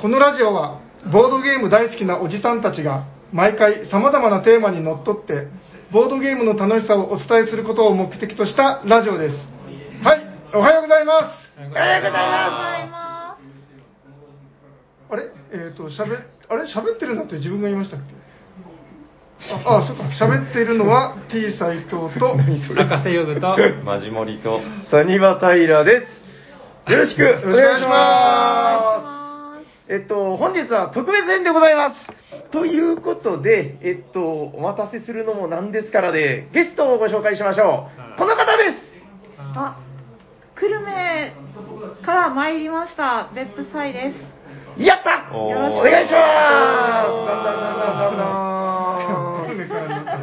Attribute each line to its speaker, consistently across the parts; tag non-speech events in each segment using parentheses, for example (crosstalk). Speaker 1: このラジオはボードゲーム大好きなおじさんたちが毎回さまざまなテーマにのっとってボードゲームの楽しさをお伝えすることを目的としたラジオですはいおはようございます
Speaker 2: おはようございま
Speaker 3: ま
Speaker 1: あれえっ、としゃべあれ喋ってるんだって自分が言いましたっけああそうか喋っているのは T 斎藤と
Speaker 2: す。博士ヨグ
Speaker 3: (laughs)
Speaker 2: と、
Speaker 4: マジモリと
Speaker 5: サニバタイラです。よろしくお願いします。えっと、本日は特別編でございます。ということで、えっと、お待たせするのもなんですからで、ゲストをご紹介しましょう。この方です。
Speaker 3: あ、久留米から参りました。別府サイです。
Speaker 5: やった
Speaker 4: おー
Speaker 5: よろしくお願いしますだんだんだんだんだんだん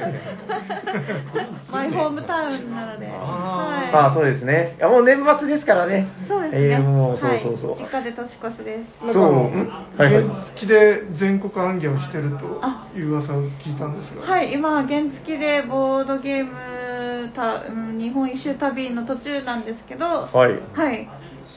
Speaker 3: マイホームタウンなので。
Speaker 5: ああ、
Speaker 3: は
Speaker 5: そうですね。いやもう年末ですからね。
Speaker 3: い。そうですね。
Speaker 5: えーもう、そう
Speaker 3: はい
Speaker 5: そうそう。
Speaker 3: 実家で年越しです。
Speaker 1: なんかあの
Speaker 5: そううんはいはい
Speaker 1: 原付で全国行脚をしてる
Speaker 3: あ
Speaker 1: という噂を聞いたんですが、
Speaker 3: はい、今原付でボードゲームた、うん、日本一周旅の途中なんですけど。は
Speaker 5: はい。
Speaker 3: い。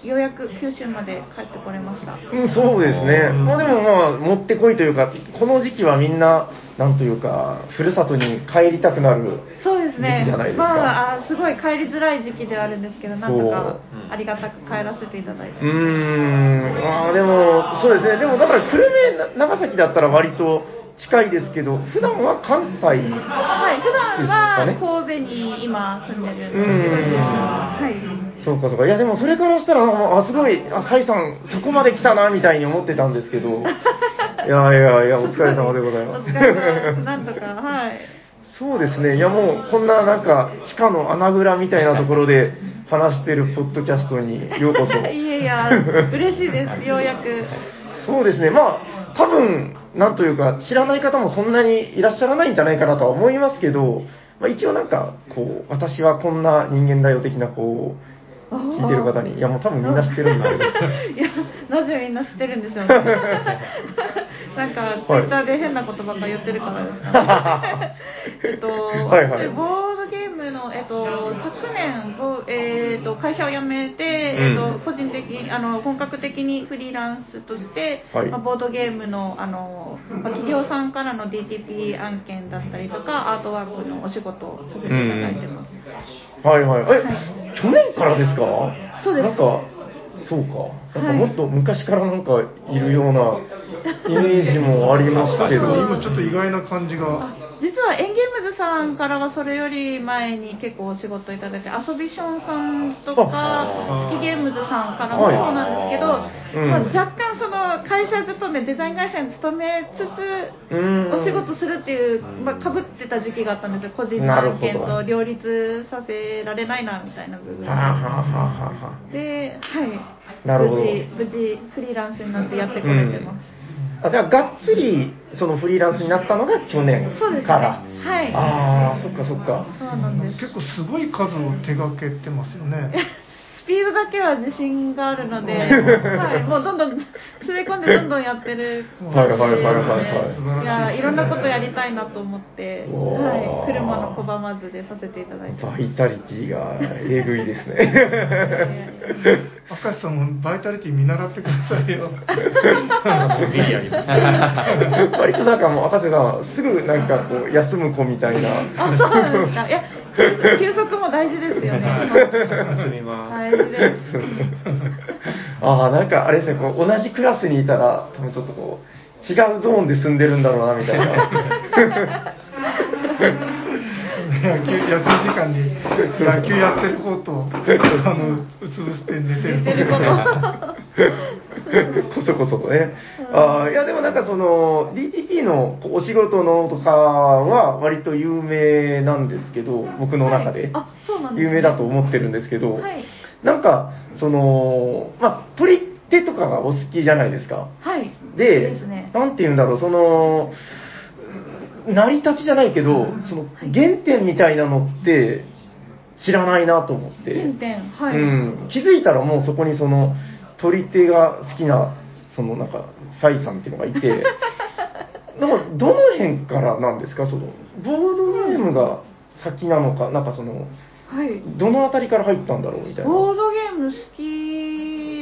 Speaker 3: ようやく九州まで帰ってこれました。
Speaker 5: うん、そうですね、まあ、でもまあ、もってこいというか、この時期はみんな、なんというか、ふるさとに帰りたくなる、
Speaker 3: そうです
Speaker 5: 時期
Speaker 3: ね
Speaker 5: じゃないですか
Speaker 3: まああすごい帰りづらい時期ではあるんですけどなんとか
Speaker 4: そううん
Speaker 3: ありがたく帰らせていただいて、
Speaker 5: うーん、まあでも、そうですね、でもだから、久留米、な長崎だったら割と近いですけど、普段は関西、
Speaker 3: はい普段は
Speaker 5: ですか
Speaker 3: 神戸に今住んでるんです
Speaker 5: う
Speaker 3: けど、
Speaker 5: ん
Speaker 3: はい、
Speaker 5: そうかそうか、いや、でもそれからしたら、あ、すごい、あ、サイさん、そこまで来たな、みたいに思ってたんですけど、い
Speaker 3: (laughs)
Speaker 5: やいやいや、お疲れ様でございます。
Speaker 3: お疲れ様ですなんとかはい
Speaker 5: そうですね、いやもう、こんななんか、地下の穴蔵みたいなところで話してるポッドキャストにようこ
Speaker 3: い
Speaker 5: そ。
Speaker 3: やいや嬉しいですようやく
Speaker 5: そうですね、まあ、多分なんというか、知らない方もそんなにいらっしゃらないんじゃないかなとは思いますけど、まあ、一応なんか、こう、私はこんな人間だよ的な、こう、 (laughs) 聞いてる方に、いやもう多分みんな知ってるんですけど。
Speaker 3: いやなぜみんな知ってるんでしょうね (laughs) なんかツイッターで変なことばっか言ってるからですかねえっと、
Speaker 5: (laughs) はいはい
Speaker 3: 私ボードゲームの、えっと、昨年、ぼえっと会社を辞めて、えっと
Speaker 5: うん
Speaker 3: 個人的にあの本格的にフリーランスとして、
Speaker 5: はい
Speaker 3: まあボードゲームのあの、まあ企業さんからの DTP 案件だったりとかアートワークのお仕事をさせていただいてます、
Speaker 5: はいはい。え、
Speaker 3: はい
Speaker 5: 去年からですか
Speaker 3: そうです
Speaker 5: なんか、そうか。なんかもっと昔からなんかいるようなイメージもありますけ
Speaker 1: 確
Speaker 5: ど。
Speaker 1: かに今ちょっと意外な感じが
Speaker 3: 実はエンゲームズさんからはそれより前に結構お仕事いただいて遊びションさんとか
Speaker 5: あ
Speaker 3: 月ゲームズさんからもそうなんですけど、
Speaker 5: はいうん
Speaker 3: まあ、若干その会社勤めデザイン会社に勤めつつ
Speaker 5: うん
Speaker 3: お仕事するっていう、まあ、かぶってた時期があったんですよ個人の
Speaker 5: なる
Speaker 3: 案
Speaker 5: ほど
Speaker 3: 件と両立させられないなみたいな部分
Speaker 5: はあ、はあはあはあ
Speaker 3: で、はい、
Speaker 5: なるほど
Speaker 3: 無事無事フリーランスになってやってこれてます、
Speaker 5: あじゃあ、がっつりそのフリーランスになったのが去年
Speaker 3: そうですね
Speaker 5: から。
Speaker 3: はい
Speaker 5: ああ、そっかそっか。
Speaker 3: そうなんです
Speaker 1: 結構すごい数を手掛けてますよ
Speaker 5: (laughs)
Speaker 1: ね
Speaker 3: スピードだけは自信があるので、はい、もうどんどん詰め込んでどんどんやってるので。
Speaker 5: はいはいはいはい
Speaker 1: はい
Speaker 3: いやいろんなことやりたいなと思って、
Speaker 5: おー
Speaker 3: はい、車の拒まずでさせていただいてます
Speaker 5: バイタリティがえぐいですね。
Speaker 1: 明石さんもバイタリティ見習ってくださいよ
Speaker 4: (laughs)
Speaker 1: (laughs)
Speaker 4: ビリやります。
Speaker 5: (laughs) 割となんかもう、博士さん、すぐなんかこう、休む子みたいな。
Speaker 3: あそうなんですかいや休息休息も大事ですよね
Speaker 4: 休みま
Speaker 3: 大事です
Speaker 5: ああ、なんかあれですね、こう同じクラスにいたら、多分ちょっとこう、違うゾーンで住んでるんだろうな、みたい
Speaker 3: (laughs)
Speaker 5: な。
Speaker 1: 野球休み時間に野球やってる方とあのうつぶして寝てる
Speaker 3: 寝てるこ
Speaker 1: 方
Speaker 5: こ
Speaker 3: と
Speaker 5: そこそとね。ああ、いやでもなんかその、DTP のこうお仕事のとかは、割と有名なんですけど、僕の中
Speaker 3: は
Speaker 5: で
Speaker 3: い。あそうなんですね
Speaker 5: 有名だと思ってるんですけど、
Speaker 3: はい
Speaker 5: なんか、その、まあ、取り手とかがお好きじゃないですか。
Speaker 3: はい
Speaker 5: で
Speaker 3: ですね
Speaker 5: なんて言うんだろう、その、成り立ちじゃないけど、その原点みたいなのって知らないなと思って。
Speaker 3: 原点はい、
Speaker 5: うん、気づいたらもうそこにその取り手が好きなそのなんかサイさんっていうのがいて
Speaker 3: (laughs)
Speaker 5: なんかどの辺からなんですかそのボードゲームが先なのかなんかその
Speaker 3: はい
Speaker 5: どの辺りから入ったんだろうみたいな
Speaker 3: ボードゲーム好きき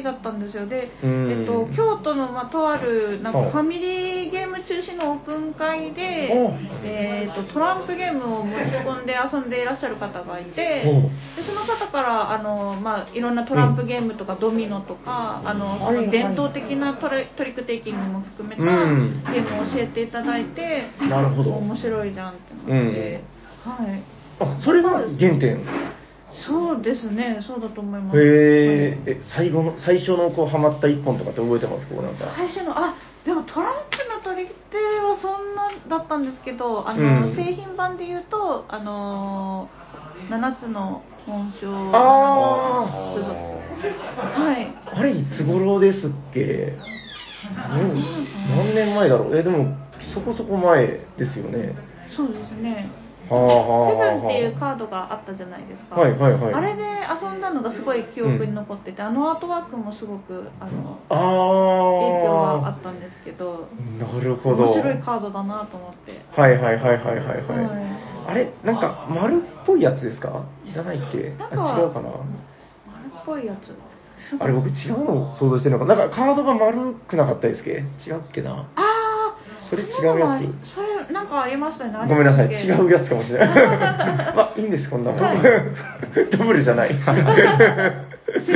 Speaker 3: だったんですよで、
Speaker 5: うん
Speaker 3: えっと、京都の、まあ、とあるなん
Speaker 5: は
Speaker 3: か
Speaker 5: い
Speaker 3: ファミリーゲーム中心のオープン会で
Speaker 5: お、
Speaker 3: えっと、トランプゲームを持ち込んで遊んでいらっしゃる方がいて
Speaker 5: お
Speaker 3: でその方からあの、まあ、いろんなトランプゲームとかドミノとかあのそ
Speaker 5: はいはい
Speaker 3: の伝統的なトレトリックテイキングも含めた
Speaker 5: う
Speaker 3: ゲ
Speaker 5: ん
Speaker 3: ームを教えていただいて、
Speaker 5: なるほど
Speaker 3: 面白いじゃんってなって。はい
Speaker 5: あそれが原点
Speaker 3: そうですね、そうだと思います。
Speaker 5: へーえ最後の最初のこうハマった一本とかって覚えてますこうなんか
Speaker 3: 最初のあでもトランプの取り手はそんなだったんですけどあの、
Speaker 5: うん
Speaker 3: 製品版で言うとあの7つの紋章
Speaker 5: あ
Speaker 3: そうそうはい
Speaker 5: あれいつ頃ですっけもう何年前だろうえでもそこそこ前ですよね
Speaker 3: そうですね
Speaker 5: はあは
Speaker 3: セ
Speaker 5: あはあ
Speaker 3: ブンっていうカードがあったじゃないですか、
Speaker 5: はいはいはい
Speaker 3: あれで遊んだのがすごい記憶に残ってて、あのアートワークもすごくあの
Speaker 5: あ
Speaker 3: 影響
Speaker 5: あ
Speaker 3: があったんですけど
Speaker 5: なるほど
Speaker 3: 面白いカードだなと思って
Speaker 5: はいはいはいはいはいはい、
Speaker 3: はい
Speaker 5: あれなんか丸っぽいやつですかじゃないっけ
Speaker 3: なんか
Speaker 5: あ違うかな
Speaker 3: 丸っぽいやつ
Speaker 5: あれ僕違うのを想像してるのかなんかカードが丸くなかったですっけ違うっけな
Speaker 3: ああ
Speaker 5: それ違うやつ
Speaker 3: それなんかありましたよね
Speaker 5: (laughs) ごめんなさい違う
Speaker 3: や
Speaker 5: やつかもしれ
Speaker 3: (laughs)
Speaker 5: ないまあいいんですこんなもん (laughs) ダブルじゃない
Speaker 3: (laughs) つセブ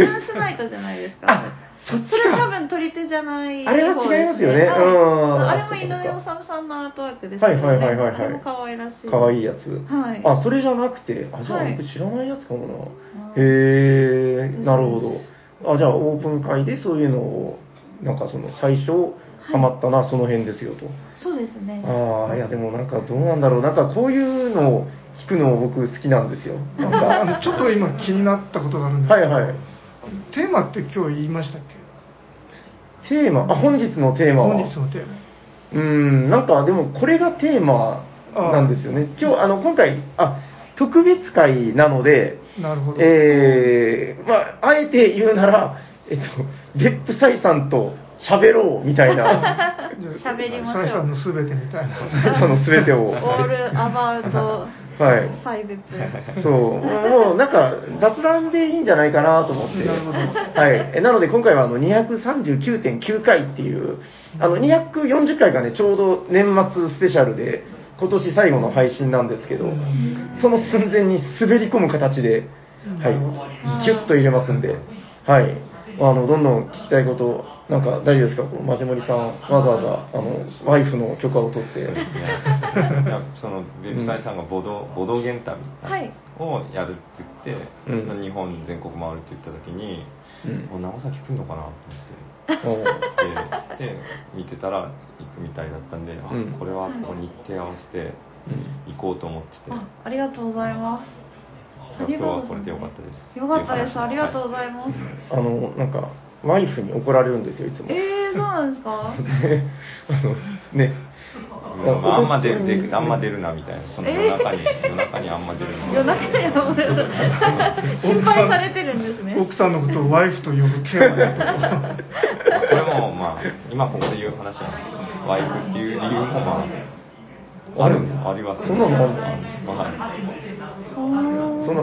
Speaker 3: ンスナイトじゃないですか
Speaker 5: あそっち
Speaker 3: それ多
Speaker 5: か
Speaker 3: 分取り手じゃない
Speaker 5: あれは
Speaker 3: 方で
Speaker 5: 違いますよね
Speaker 3: はい
Speaker 5: うん
Speaker 3: あれも井上治さんのアートワークです
Speaker 5: は
Speaker 3: よ
Speaker 5: い
Speaker 3: ね
Speaker 5: はいはいはいはい
Speaker 3: あれも可愛らしい
Speaker 5: かわいい
Speaker 3: い
Speaker 5: やつ、
Speaker 3: はい
Speaker 5: あそれじゃなくてあじゃあ
Speaker 3: はい
Speaker 5: 僕知らないやつかもな、
Speaker 3: い
Speaker 5: へえなるほどあじゃあオープン会でそういうのをなんかその最初ハマったな、その辺ですよと
Speaker 3: そうですね
Speaker 5: ああいやでもなんかどうなんだろうなんかこういうのを聞くのを僕好きなんですよなん
Speaker 3: (laughs)
Speaker 5: か
Speaker 1: あのちょっと今気になったことがあるんです
Speaker 5: は
Speaker 1: け
Speaker 5: い
Speaker 1: ど、
Speaker 5: はい
Speaker 1: テーマって今日言いましたっけ
Speaker 5: テーマあ本日のテーマは
Speaker 1: 本日のテーマ
Speaker 5: うーんなんかでもこれがテーマなんですよね今日あの今回あ特別会なので
Speaker 1: なるほど、
Speaker 5: えー、まあ、あえて言うなら、えっと、デップサイさんと喋ろうみたいな、
Speaker 1: (laughs) じゃあ
Speaker 3: 喋りましょう
Speaker 1: サイさんのすべてみたいな
Speaker 5: その全てを。
Speaker 3: オールアバウト
Speaker 5: はい
Speaker 3: サイベプ
Speaker 5: (laughs) そう、もうなんか雑談でいいんじゃないかなと思って。
Speaker 1: なるほど
Speaker 5: はい。えなので今回はあの239.9回っていう、あの240回がね、ちょうど年末スペシャルで、今年最後の配信なんですけど、その寸前に滑り込む形で、
Speaker 1: なるほど
Speaker 5: はい。ギュッと入れますんで、はい。あの、どんどん聞きたいこと、なんか大丈夫ですかこう、マジモリさん、わざわざ、あの、ワイフの許可を取
Speaker 4: (laughs)
Speaker 5: って。
Speaker 4: いやそのベブサイさんがボドボドゲン旅
Speaker 3: はい
Speaker 4: をやるって言って、
Speaker 5: うん
Speaker 4: 日本全国回るって言った時に、
Speaker 5: うん
Speaker 4: もう長崎来るのかなと思
Speaker 5: うん
Speaker 4: ってでで見てたら行くみたいだったんで、あ
Speaker 5: うん
Speaker 4: これはこう日程合わせて行こうと思ってて、
Speaker 3: あありがとうございます
Speaker 4: 今日はこれでよかったです
Speaker 3: よかったですありがとうござい
Speaker 4: ま
Speaker 3: ます
Speaker 5: あの、なんか、ワイフに怒られるんですよ、いつも。
Speaker 3: えー、そうなんですか
Speaker 5: で (laughs) あのね、
Speaker 4: あんま出る出るあんま出るなみたいなその夜中に、夜中にあんま出るな
Speaker 3: 夜中にやばい (laughs) 心配されてるんですね
Speaker 1: 奥さんのことをワイフと呼ぶケアだ
Speaker 4: まあこれもまあ今ここで言う話なんですけどワイフっていう理由もまああるんですあります
Speaker 5: そんなのあんの
Speaker 4: あるんですまあはい
Speaker 5: そ
Speaker 3: (laughs)
Speaker 5: の、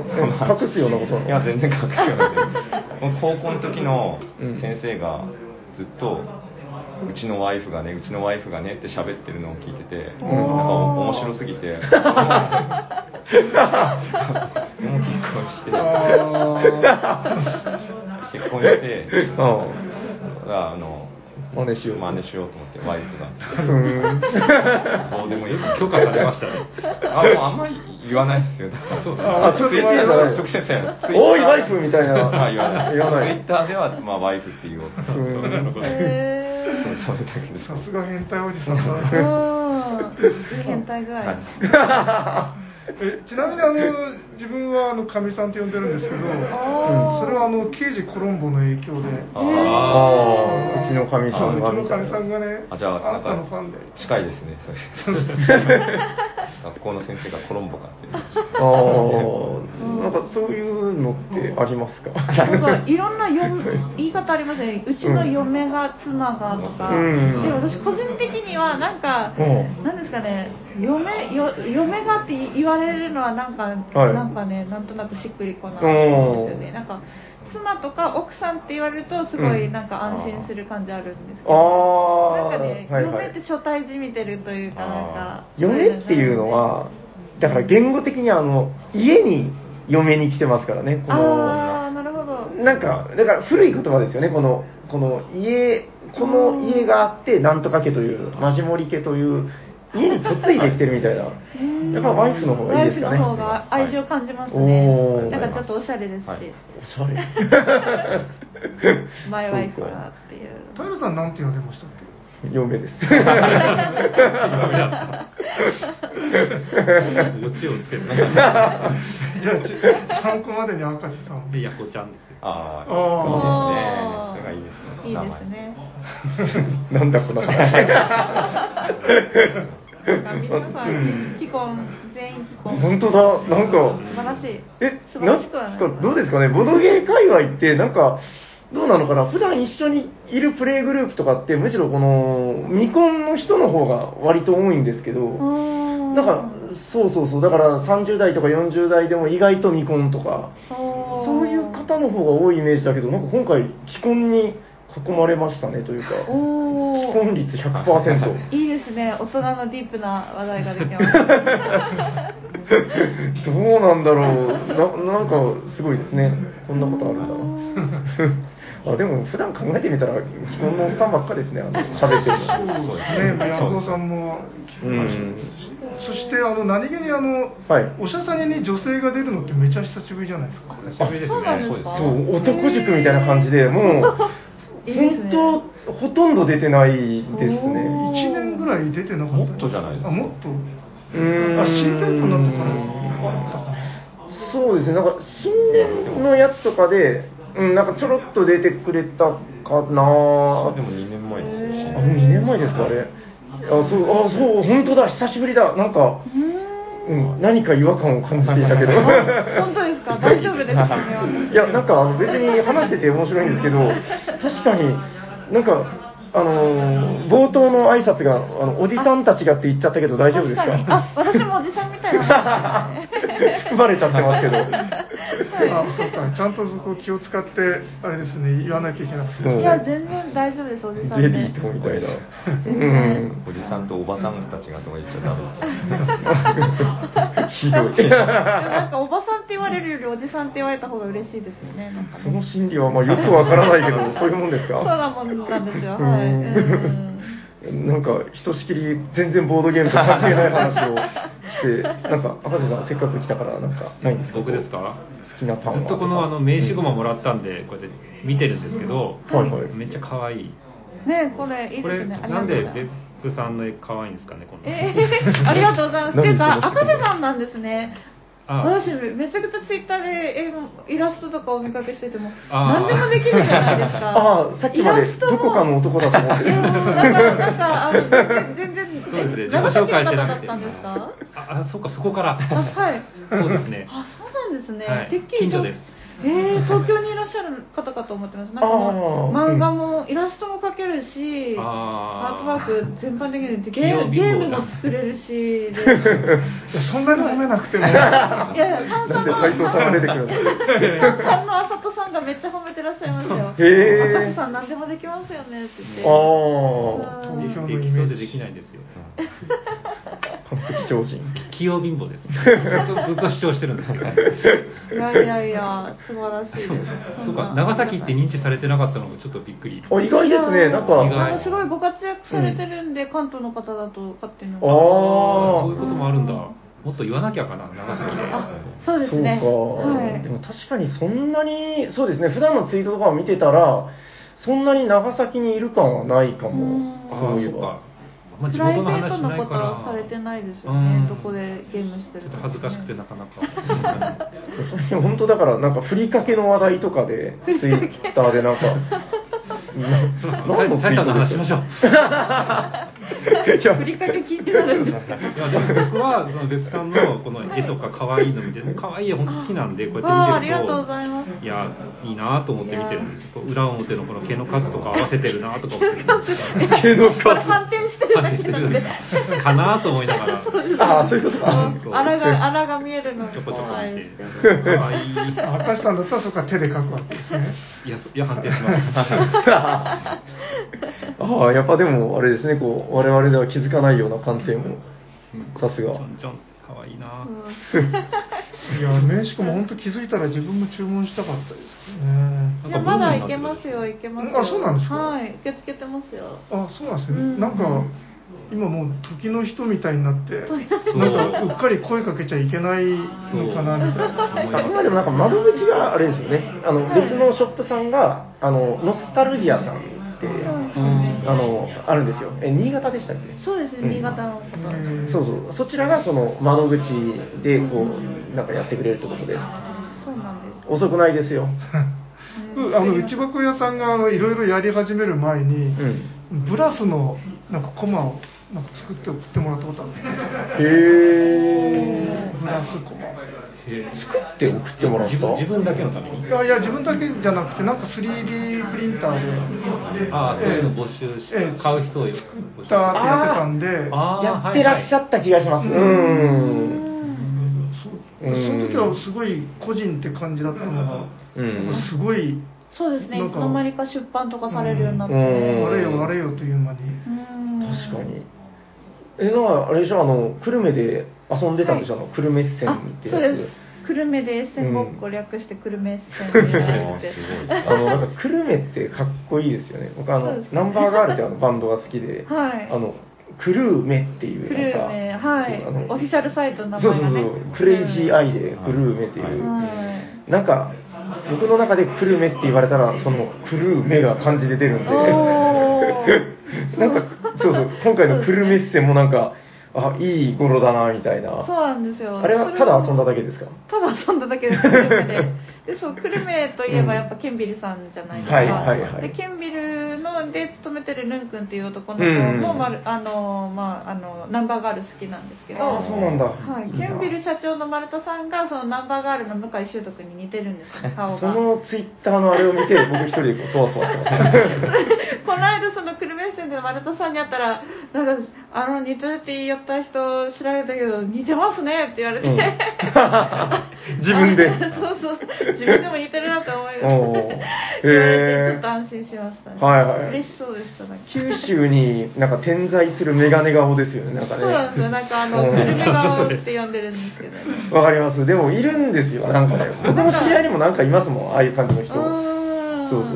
Speaker 5: 隠すようなことなの。
Speaker 4: いや
Speaker 5: (laughs)
Speaker 4: 全然隠すよないもう高校の時の先生がずっと、うちのワイフがねうちのワイフがねって喋ってるのを聞いてて、なんか面白
Speaker 5: (laughs)
Speaker 4: すぎて (laughs) でも結婚し
Speaker 5: (laughs)
Speaker 4: て
Speaker 1: と
Speaker 4: 結婚して
Speaker 5: うん
Speaker 4: あの
Speaker 5: 真似しよう。
Speaker 4: 真似しようと思ってワイフが。
Speaker 5: ふーん
Speaker 4: どうでもいい許可されましたね。あ、もうあんまり言わないですよ。だからそうです
Speaker 5: あちょっと前だね
Speaker 4: 直接やる。
Speaker 5: おいワイフみたいな
Speaker 4: (laughs) あ、言わない。
Speaker 5: 言わない
Speaker 4: ツイッターでは、まあ、ワイフって言おう。そ
Speaker 5: ん
Speaker 4: のこと
Speaker 3: へー
Speaker 4: そう、それだけです。
Speaker 1: さすが変態おじさんだ
Speaker 3: う
Speaker 1: な
Speaker 3: んいい変態具合。
Speaker 4: はい
Speaker 1: えちなみにあ
Speaker 3: (laughs)
Speaker 1: の自分はあのかみさんって呼んでるんですけどそれ
Speaker 3: あー
Speaker 1: はあの刑事コロンボの影響で
Speaker 5: あーうちのかみさ
Speaker 1: そうん
Speaker 5: が
Speaker 1: うちの
Speaker 5: みた
Speaker 1: か
Speaker 5: い
Speaker 1: みさん
Speaker 5: な。
Speaker 1: がね
Speaker 4: あ、じゃあ、
Speaker 1: あなたのファンで
Speaker 4: 近いですね。それ
Speaker 5: (laughs)
Speaker 4: 学校の先生がコロンボかって。
Speaker 5: あーなんかそういうのって (laughs) ありますか
Speaker 3: なんかいろんなよ言い方ありますね、うちの嫁が、妻がとか、
Speaker 5: うん
Speaker 3: でも私、個人的には、なんか、
Speaker 5: うん
Speaker 3: なんですかね、嫁よ嫁がって言われるのは、なんか、
Speaker 5: はい
Speaker 3: なんかね、なんとなくしっくりこないんですよね、なんか、妻とか奥さんって言われるとすご
Speaker 5: う
Speaker 3: い
Speaker 5: ん
Speaker 3: なんか安心する感じあるんですけど、
Speaker 5: あ
Speaker 3: なん
Speaker 5: あ
Speaker 3: かね、
Speaker 5: はいは
Speaker 3: 嫁って
Speaker 5: い
Speaker 3: 初対じみてるというかなんか
Speaker 5: 嫁っていうのはだから言語的にあの家に嫁に来てますからねこの
Speaker 3: ああーなるほど
Speaker 5: なんかだから古い言葉ですよねこのこの家この家があってなんとか家というマジモリ家という家に嫁いできてるみたいなやっぱワイフの方がいいですかね
Speaker 3: ワイフの方が愛情感じますね、
Speaker 5: はい
Speaker 3: なんかちょっとおしゃれですし、
Speaker 4: はい
Speaker 5: お
Speaker 3: (laughs)
Speaker 5: しゃれ
Speaker 3: マイワイフ
Speaker 5: そう
Speaker 3: が
Speaker 5: か
Speaker 3: っていう
Speaker 1: タイルさんなんて呼んでましたっけ
Speaker 5: 嫁です (laughs)
Speaker 2: オチをつけてなかっ
Speaker 1: じゃあち参考までに明石さん
Speaker 2: たでやこちゃんですよ
Speaker 4: あ
Speaker 3: あ
Speaker 4: あ、
Speaker 3: ー
Speaker 4: いいですね。そ
Speaker 3: いい
Speaker 4: れがいい
Speaker 3: で
Speaker 4: です
Speaker 3: す
Speaker 4: ね。
Speaker 5: な
Speaker 3: ね
Speaker 5: んだこの話
Speaker 3: なんか皆さん既婚全員既婚
Speaker 5: 本当だなんか
Speaker 3: 素晴らしい
Speaker 5: え
Speaker 3: 素晴
Speaker 5: な
Speaker 3: ら
Speaker 5: ん
Speaker 3: しくはない
Speaker 5: かどうですかねボドゲー界隈ってなんかどうなのかな普段一緒にいるプレイグループとかってむしろこの未婚の人の方が割と多いんですけど
Speaker 3: な
Speaker 5: なんかそうそうそうだから30代とか40代でも意外と未婚とかそういう方の方が多いイメージだけどなんか今回既婚に囲まれましたねというか
Speaker 3: お
Speaker 5: 既婚
Speaker 3: ー
Speaker 5: 率100%
Speaker 3: いいですね大人のディープな話題ができます
Speaker 5: (laughs) どうなんだろうな、なんかすごいですね、こんなことあるんだな。あでも普段考えてみたら、既婚のおっさんばっかですね、あの喋って
Speaker 3: (laughs)
Speaker 5: るの。
Speaker 1: そうですね、ヤコさんも、
Speaker 5: うん、
Speaker 1: そしてあの何気にあの、
Speaker 5: はい
Speaker 1: おしゃさにに女性が出るのってめちゃ久しぶりじゃないですか。
Speaker 4: 久しぶりです
Speaker 3: そうなんで
Speaker 4: ね。
Speaker 3: す
Speaker 4: そう
Speaker 3: か
Speaker 4: です
Speaker 5: そ
Speaker 4: ね。
Speaker 5: う、男塾みたいな感じで、もう、
Speaker 3: (laughs) いいですね
Speaker 5: 本当、ほとんど出てないです
Speaker 3: お
Speaker 5: ね。
Speaker 3: ー
Speaker 1: 1年ぐらい出てなかった
Speaker 4: もっとじゃないですか
Speaker 1: あもっと
Speaker 5: うーん
Speaker 1: あ新店舗になったからあったかな
Speaker 5: そうですね、なんか新年のやつとかで、うん、なんかちょろっと出てくれたかな
Speaker 4: でも2年前です
Speaker 5: あ
Speaker 4: ね
Speaker 5: もう。2年前ですかあれあそうあそう本当だ久しぶりだなんか、うん、何か違和感を感じていたけど
Speaker 3: (laughs) 本当ですか大丈夫ですかね
Speaker 5: (laughs) いやなんかあの別に話してて面白いんですけど確かになんかあのー冒頭の挨拶があのおじさんたちがって言っちゃったけど大丈夫ですか
Speaker 3: 確かにあ私もおじさんみたい
Speaker 5: (laughs)
Speaker 3: なもんですね
Speaker 5: バレちゃってますけど
Speaker 1: あそうかちゃんとそこ気を使ってあれですね言わなきゃいけなくて、
Speaker 5: うん
Speaker 3: いや全然大丈夫ですおじさん
Speaker 5: ジ
Speaker 3: で
Speaker 5: ェリーとみたいな
Speaker 3: 全
Speaker 5: う
Speaker 3: 然
Speaker 5: ん
Speaker 4: おじさんとおばさんたちがとか言っちゃダメですよ。
Speaker 5: ひどい
Speaker 3: でもなんかおばさんって言われるよりおじさんって言われた方が嬉しいですよねなんかね
Speaker 5: その心理はまあよくわからないけ
Speaker 3: (laughs)
Speaker 5: どそういうもんですか
Speaker 3: そうなもんなんですよ
Speaker 5: うん
Speaker 3: は
Speaker 5: (laughs)
Speaker 3: いうん
Speaker 5: なんかひとしきり全然ボードゲームと関係ない話をして、なんか赤瀬さんせっかく来たからなんかないんですか。
Speaker 2: 僕ですか
Speaker 5: 好きなパンは。
Speaker 2: ずっとこのあの名刺駒もらったんでこうやって見てるんですけど、
Speaker 5: はいはい
Speaker 2: めっちゃ可愛い
Speaker 3: ねこれいい
Speaker 2: こ
Speaker 3: で
Speaker 2: れ
Speaker 3: すねありが
Speaker 2: な
Speaker 3: とうんござ
Speaker 2: で
Speaker 3: います
Speaker 2: 別府さんの絵可愛いんですかねこの、
Speaker 3: えー、ありがとうございます。っていうか、
Speaker 5: 何そ
Speaker 3: 赤
Speaker 5: の質問
Speaker 3: 瀬さんなんですね。
Speaker 2: あ
Speaker 3: 私、めちゃくちゃツイッターで絵のイラストとかお見かけしてても、
Speaker 2: あー
Speaker 3: 何でもできるじゃないですか。
Speaker 5: (laughs) ああさっきまでどこかの男だと思
Speaker 3: (laughs)
Speaker 5: って
Speaker 3: いやもう
Speaker 5: た。
Speaker 3: なんか、なんか、あの、全然、
Speaker 2: そうですね
Speaker 3: 全然、
Speaker 2: 自己紹介してな
Speaker 3: だっ
Speaker 2: くて
Speaker 3: たんですか
Speaker 2: ああそうかそこから
Speaker 3: あ、はい。
Speaker 2: そうですね
Speaker 3: あ、そうなんです (laughs) ね。
Speaker 2: はい
Speaker 3: てっき
Speaker 2: 近
Speaker 3: り
Speaker 2: 所です
Speaker 3: えー、東京にいらっしゃる方かと思ってました。なんかもう
Speaker 5: あー
Speaker 3: 漫画もイラストも描けるし、アートワ
Speaker 2: あ
Speaker 3: ーク全般的にゲ
Speaker 2: 器用貧
Speaker 3: ー
Speaker 2: 乏
Speaker 3: ゲームも作れるし、
Speaker 1: い
Speaker 5: (laughs)
Speaker 3: で
Speaker 1: やそんなに褒めなくても
Speaker 3: いやいや、炭
Speaker 5: なん
Speaker 3: 酸
Speaker 5: で
Speaker 3: の
Speaker 5: 斉藤さんが出てくるんですか。
Speaker 3: 炭酸のあさとさんがめっちゃ褒めてらっしゃいますよ。
Speaker 5: へー
Speaker 3: 赤瀬さん何でもできますよねって言って。
Speaker 5: あ
Speaker 2: あ
Speaker 3: う
Speaker 2: で
Speaker 3: ん
Speaker 2: で
Speaker 1: 東京
Speaker 2: きそう
Speaker 1: のイメージ
Speaker 2: でできないんですよ
Speaker 5: あ完璧超人。
Speaker 2: 器用貧乏
Speaker 3: (laughs)
Speaker 2: ですずっとずっと主張してるんですよ
Speaker 3: いやいやいや、素晴らしいです。んな
Speaker 2: そうか長崎って認知されてなかったのがちょっとびっくり
Speaker 5: あ意外ですねなんか。
Speaker 2: 意外
Speaker 3: あのすごいご活躍されてるんで、関東の方だと勝手に。
Speaker 5: あ
Speaker 2: そういうこともあるんだもっと言わなきゃかな長崎で
Speaker 3: そうですね。
Speaker 5: そうか、
Speaker 3: はい
Speaker 5: でも確かにそんなに、そうですね、普段のツイートとかを見てたら、そんなに長崎にいる感はないかも
Speaker 3: うん、
Speaker 2: ああ
Speaker 5: そうい
Speaker 2: そ
Speaker 5: え
Speaker 2: う
Speaker 5: ば
Speaker 2: か。あんま
Speaker 3: プ
Speaker 2: 地
Speaker 3: ライ
Speaker 2: 元
Speaker 3: ベ
Speaker 2: の
Speaker 3: ー
Speaker 2: 話
Speaker 3: ト
Speaker 2: し
Speaker 3: の
Speaker 2: ない
Speaker 3: こと
Speaker 2: から
Speaker 3: はされてないですよ
Speaker 2: うん
Speaker 3: ね、どこでゲームしてる
Speaker 2: ちょっと
Speaker 3: か、
Speaker 2: 恥ずかしくてなかなか
Speaker 5: 本当だから、なんかふりかけの話題とかで、ツイ
Speaker 3: (laughs)
Speaker 5: ッターでなんか、な
Speaker 2: うん
Speaker 5: 何のツイー
Speaker 2: の
Speaker 5: トで
Speaker 2: 話し
Speaker 5: す
Speaker 2: まし
Speaker 5: か
Speaker 2: ょう
Speaker 5: いや
Speaker 3: ふりかけ聞いてたんです
Speaker 2: (laughs)
Speaker 3: か
Speaker 2: いやでも僕はその別さんのこの絵とか可愛いの見て、もう可愛い絵本当好きなんでこうや
Speaker 3: わあ、
Speaker 2: っ
Speaker 3: あ
Speaker 2: て
Speaker 3: り
Speaker 2: 見て
Speaker 3: が
Speaker 2: る
Speaker 3: とうご
Speaker 2: と。
Speaker 3: ざいます。
Speaker 2: いやいいなと思って見てるんですこう裏表のこの毛の数とか合わせてるなとか思って
Speaker 5: 毛の数
Speaker 3: これ反転してるだけなん (laughs) で。
Speaker 2: かなと思いながらちょこ
Speaker 5: ああ、そういうことか。
Speaker 2: そう
Speaker 3: あらが、あらが見えるの。
Speaker 2: ちょこ
Speaker 3: は
Speaker 2: 見
Speaker 3: い
Speaker 2: て可愛い
Speaker 1: あ明石さんだったらそこは手で描くわけですね。
Speaker 2: いやそいや判定します
Speaker 5: ああ、やっぱでも、あれですね、こう、我々では気づかないような感性も、さすが
Speaker 2: ちょ。んちょん可愛いな
Speaker 1: はいやね、しかも本当気づいたら自分も注文したかったですけどね。
Speaker 3: いや、まだいけますよ、いけますよ。
Speaker 1: あそうなんですか
Speaker 3: はい、受け付けてますよ。
Speaker 1: あ、そうなんですね。
Speaker 3: うん
Speaker 1: なんか今もう時の人みたいになって、
Speaker 2: そう
Speaker 1: なんかうっかり声かけちゃいけないのかなみたいな。
Speaker 2: 思います
Speaker 5: 今でもなんか窓口があれですよね、あの別のショップさんが、あのノスタルジアさんって、あのあるんですよ、え新潟でしたっけ、
Speaker 3: そうです
Speaker 5: うん
Speaker 3: ね、新潟のこと。
Speaker 5: そうそう、そちらがその窓口でこうなんかやってくれるってことで、
Speaker 3: そうなんです。
Speaker 5: 遅くないですよ、
Speaker 1: うあの内箱屋さんがあのいろいろやり始める前に、
Speaker 5: うん、
Speaker 1: ブラスのなんかコマをなんか作って送ってもらったことあるんです
Speaker 5: へ
Speaker 1: ブラスコマ
Speaker 2: へー
Speaker 5: ー、作って送ってもらった
Speaker 2: 自分自分だけのために
Speaker 1: いやいや自分だけじゃなくてなんか 3D プリンターで
Speaker 2: ああそういうの募集し、
Speaker 1: ええ
Speaker 2: 買う人を募集
Speaker 1: 作ったってやってたんで
Speaker 2: あー
Speaker 5: やってらっしゃった気がします、
Speaker 1: はいはい
Speaker 5: うん、
Speaker 1: その時はすごい個人って感じだったのが、
Speaker 5: うん
Speaker 1: なんかすごい
Speaker 3: そうですね、い
Speaker 1: なん
Speaker 3: つ
Speaker 1: か
Speaker 3: の間にか出版とかされるようになって。
Speaker 5: うん
Speaker 1: あれよあれよという間に、
Speaker 3: うん
Speaker 5: 確かに。え、なんかあれでしょ、あの久留米で遊んでたんでしょ、あの久留米線
Speaker 3: あ
Speaker 5: ってや
Speaker 3: そう
Speaker 5: つ。
Speaker 3: です久留米でエッセンごっこ略して久留米エッセンになれて
Speaker 4: あ
Speaker 5: あのなんか久留米ってかっこいいですよね。僕あ
Speaker 3: そう
Speaker 5: の、
Speaker 3: ですね
Speaker 5: ナンバーガールってあのバンドが好きで、
Speaker 3: はい
Speaker 5: あのクルーメっていう
Speaker 3: 久留米
Speaker 5: なんか、そうあ
Speaker 3: はい
Speaker 5: の
Speaker 3: オフィシャルサイトの名
Speaker 5: そうそ
Speaker 3: 前
Speaker 5: うそ
Speaker 3: がね
Speaker 5: う、クレイジーアイでクルーメっていう、 (laughs)
Speaker 3: は
Speaker 5: なんか僕の中でクルーメって言われたらそのクルーメが漢字で出るんで、
Speaker 3: お
Speaker 5: (laughs) なんかそうそう今回のクルーメッセもなんかあいい頃だなみたい
Speaker 3: いそう
Speaker 5: な。
Speaker 3: なんですよ
Speaker 5: あれはただ遊んだだけですか。
Speaker 3: ただ遊んだだけです久留
Speaker 5: (laughs)
Speaker 3: 米ででそう久留米といえばやっぱケンビルさんじゃないですか、
Speaker 5: はいはいはい
Speaker 3: でケンビルので勤めてるルン君っていう男の子も、
Speaker 5: うん
Speaker 3: まるあのまああのナンバーガール好きなんですけど
Speaker 5: ああそうなんだ。
Speaker 3: はい、
Speaker 5: いいな
Speaker 3: ケンビル社長の丸田さんがそのナンバーガールの向井秀斗君に似てるんですよね顔
Speaker 5: そ
Speaker 3: がこ
Speaker 5: のツイッターのあれを見て、僕一人でこう、そわそわしてました。
Speaker 3: の間その久留米線で丸田さんに会ったら「なんかあの似てるって言いよった人知られたけど似てますね」って言われて、
Speaker 5: うん
Speaker 3: (laughs)
Speaker 5: 自分で。
Speaker 3: あそうそう自分でも似てるなって思い
Speaker 5: お
Speaker 3: ま
Speaker 5: ー
Speaker 3: す言わ
Speaker 5: へー
Speaker 3: れてちょっと安心しましたね、
Speaker 5: はいはい
Speaker 3: 嬉しそうでしたなんか
Speaker 5: 九州になんか点在するメガネ顔ですよね、なんか
Speaker 3: そう
Speaker 5: ね。
Speaker 3: なんですよなんかあの
Speaker 5: うん
Speaker 3: 久留米顔って呼んでるんですけど
Speaker 5: わかります。でもいるんですよ、なんか
Speaker 3: (laughs)
Speaker 5: ね。僕の知り合いにもなんかいますもん、ああいう感じの人。
Speaker 3: あー
Speaker 5: そうそう。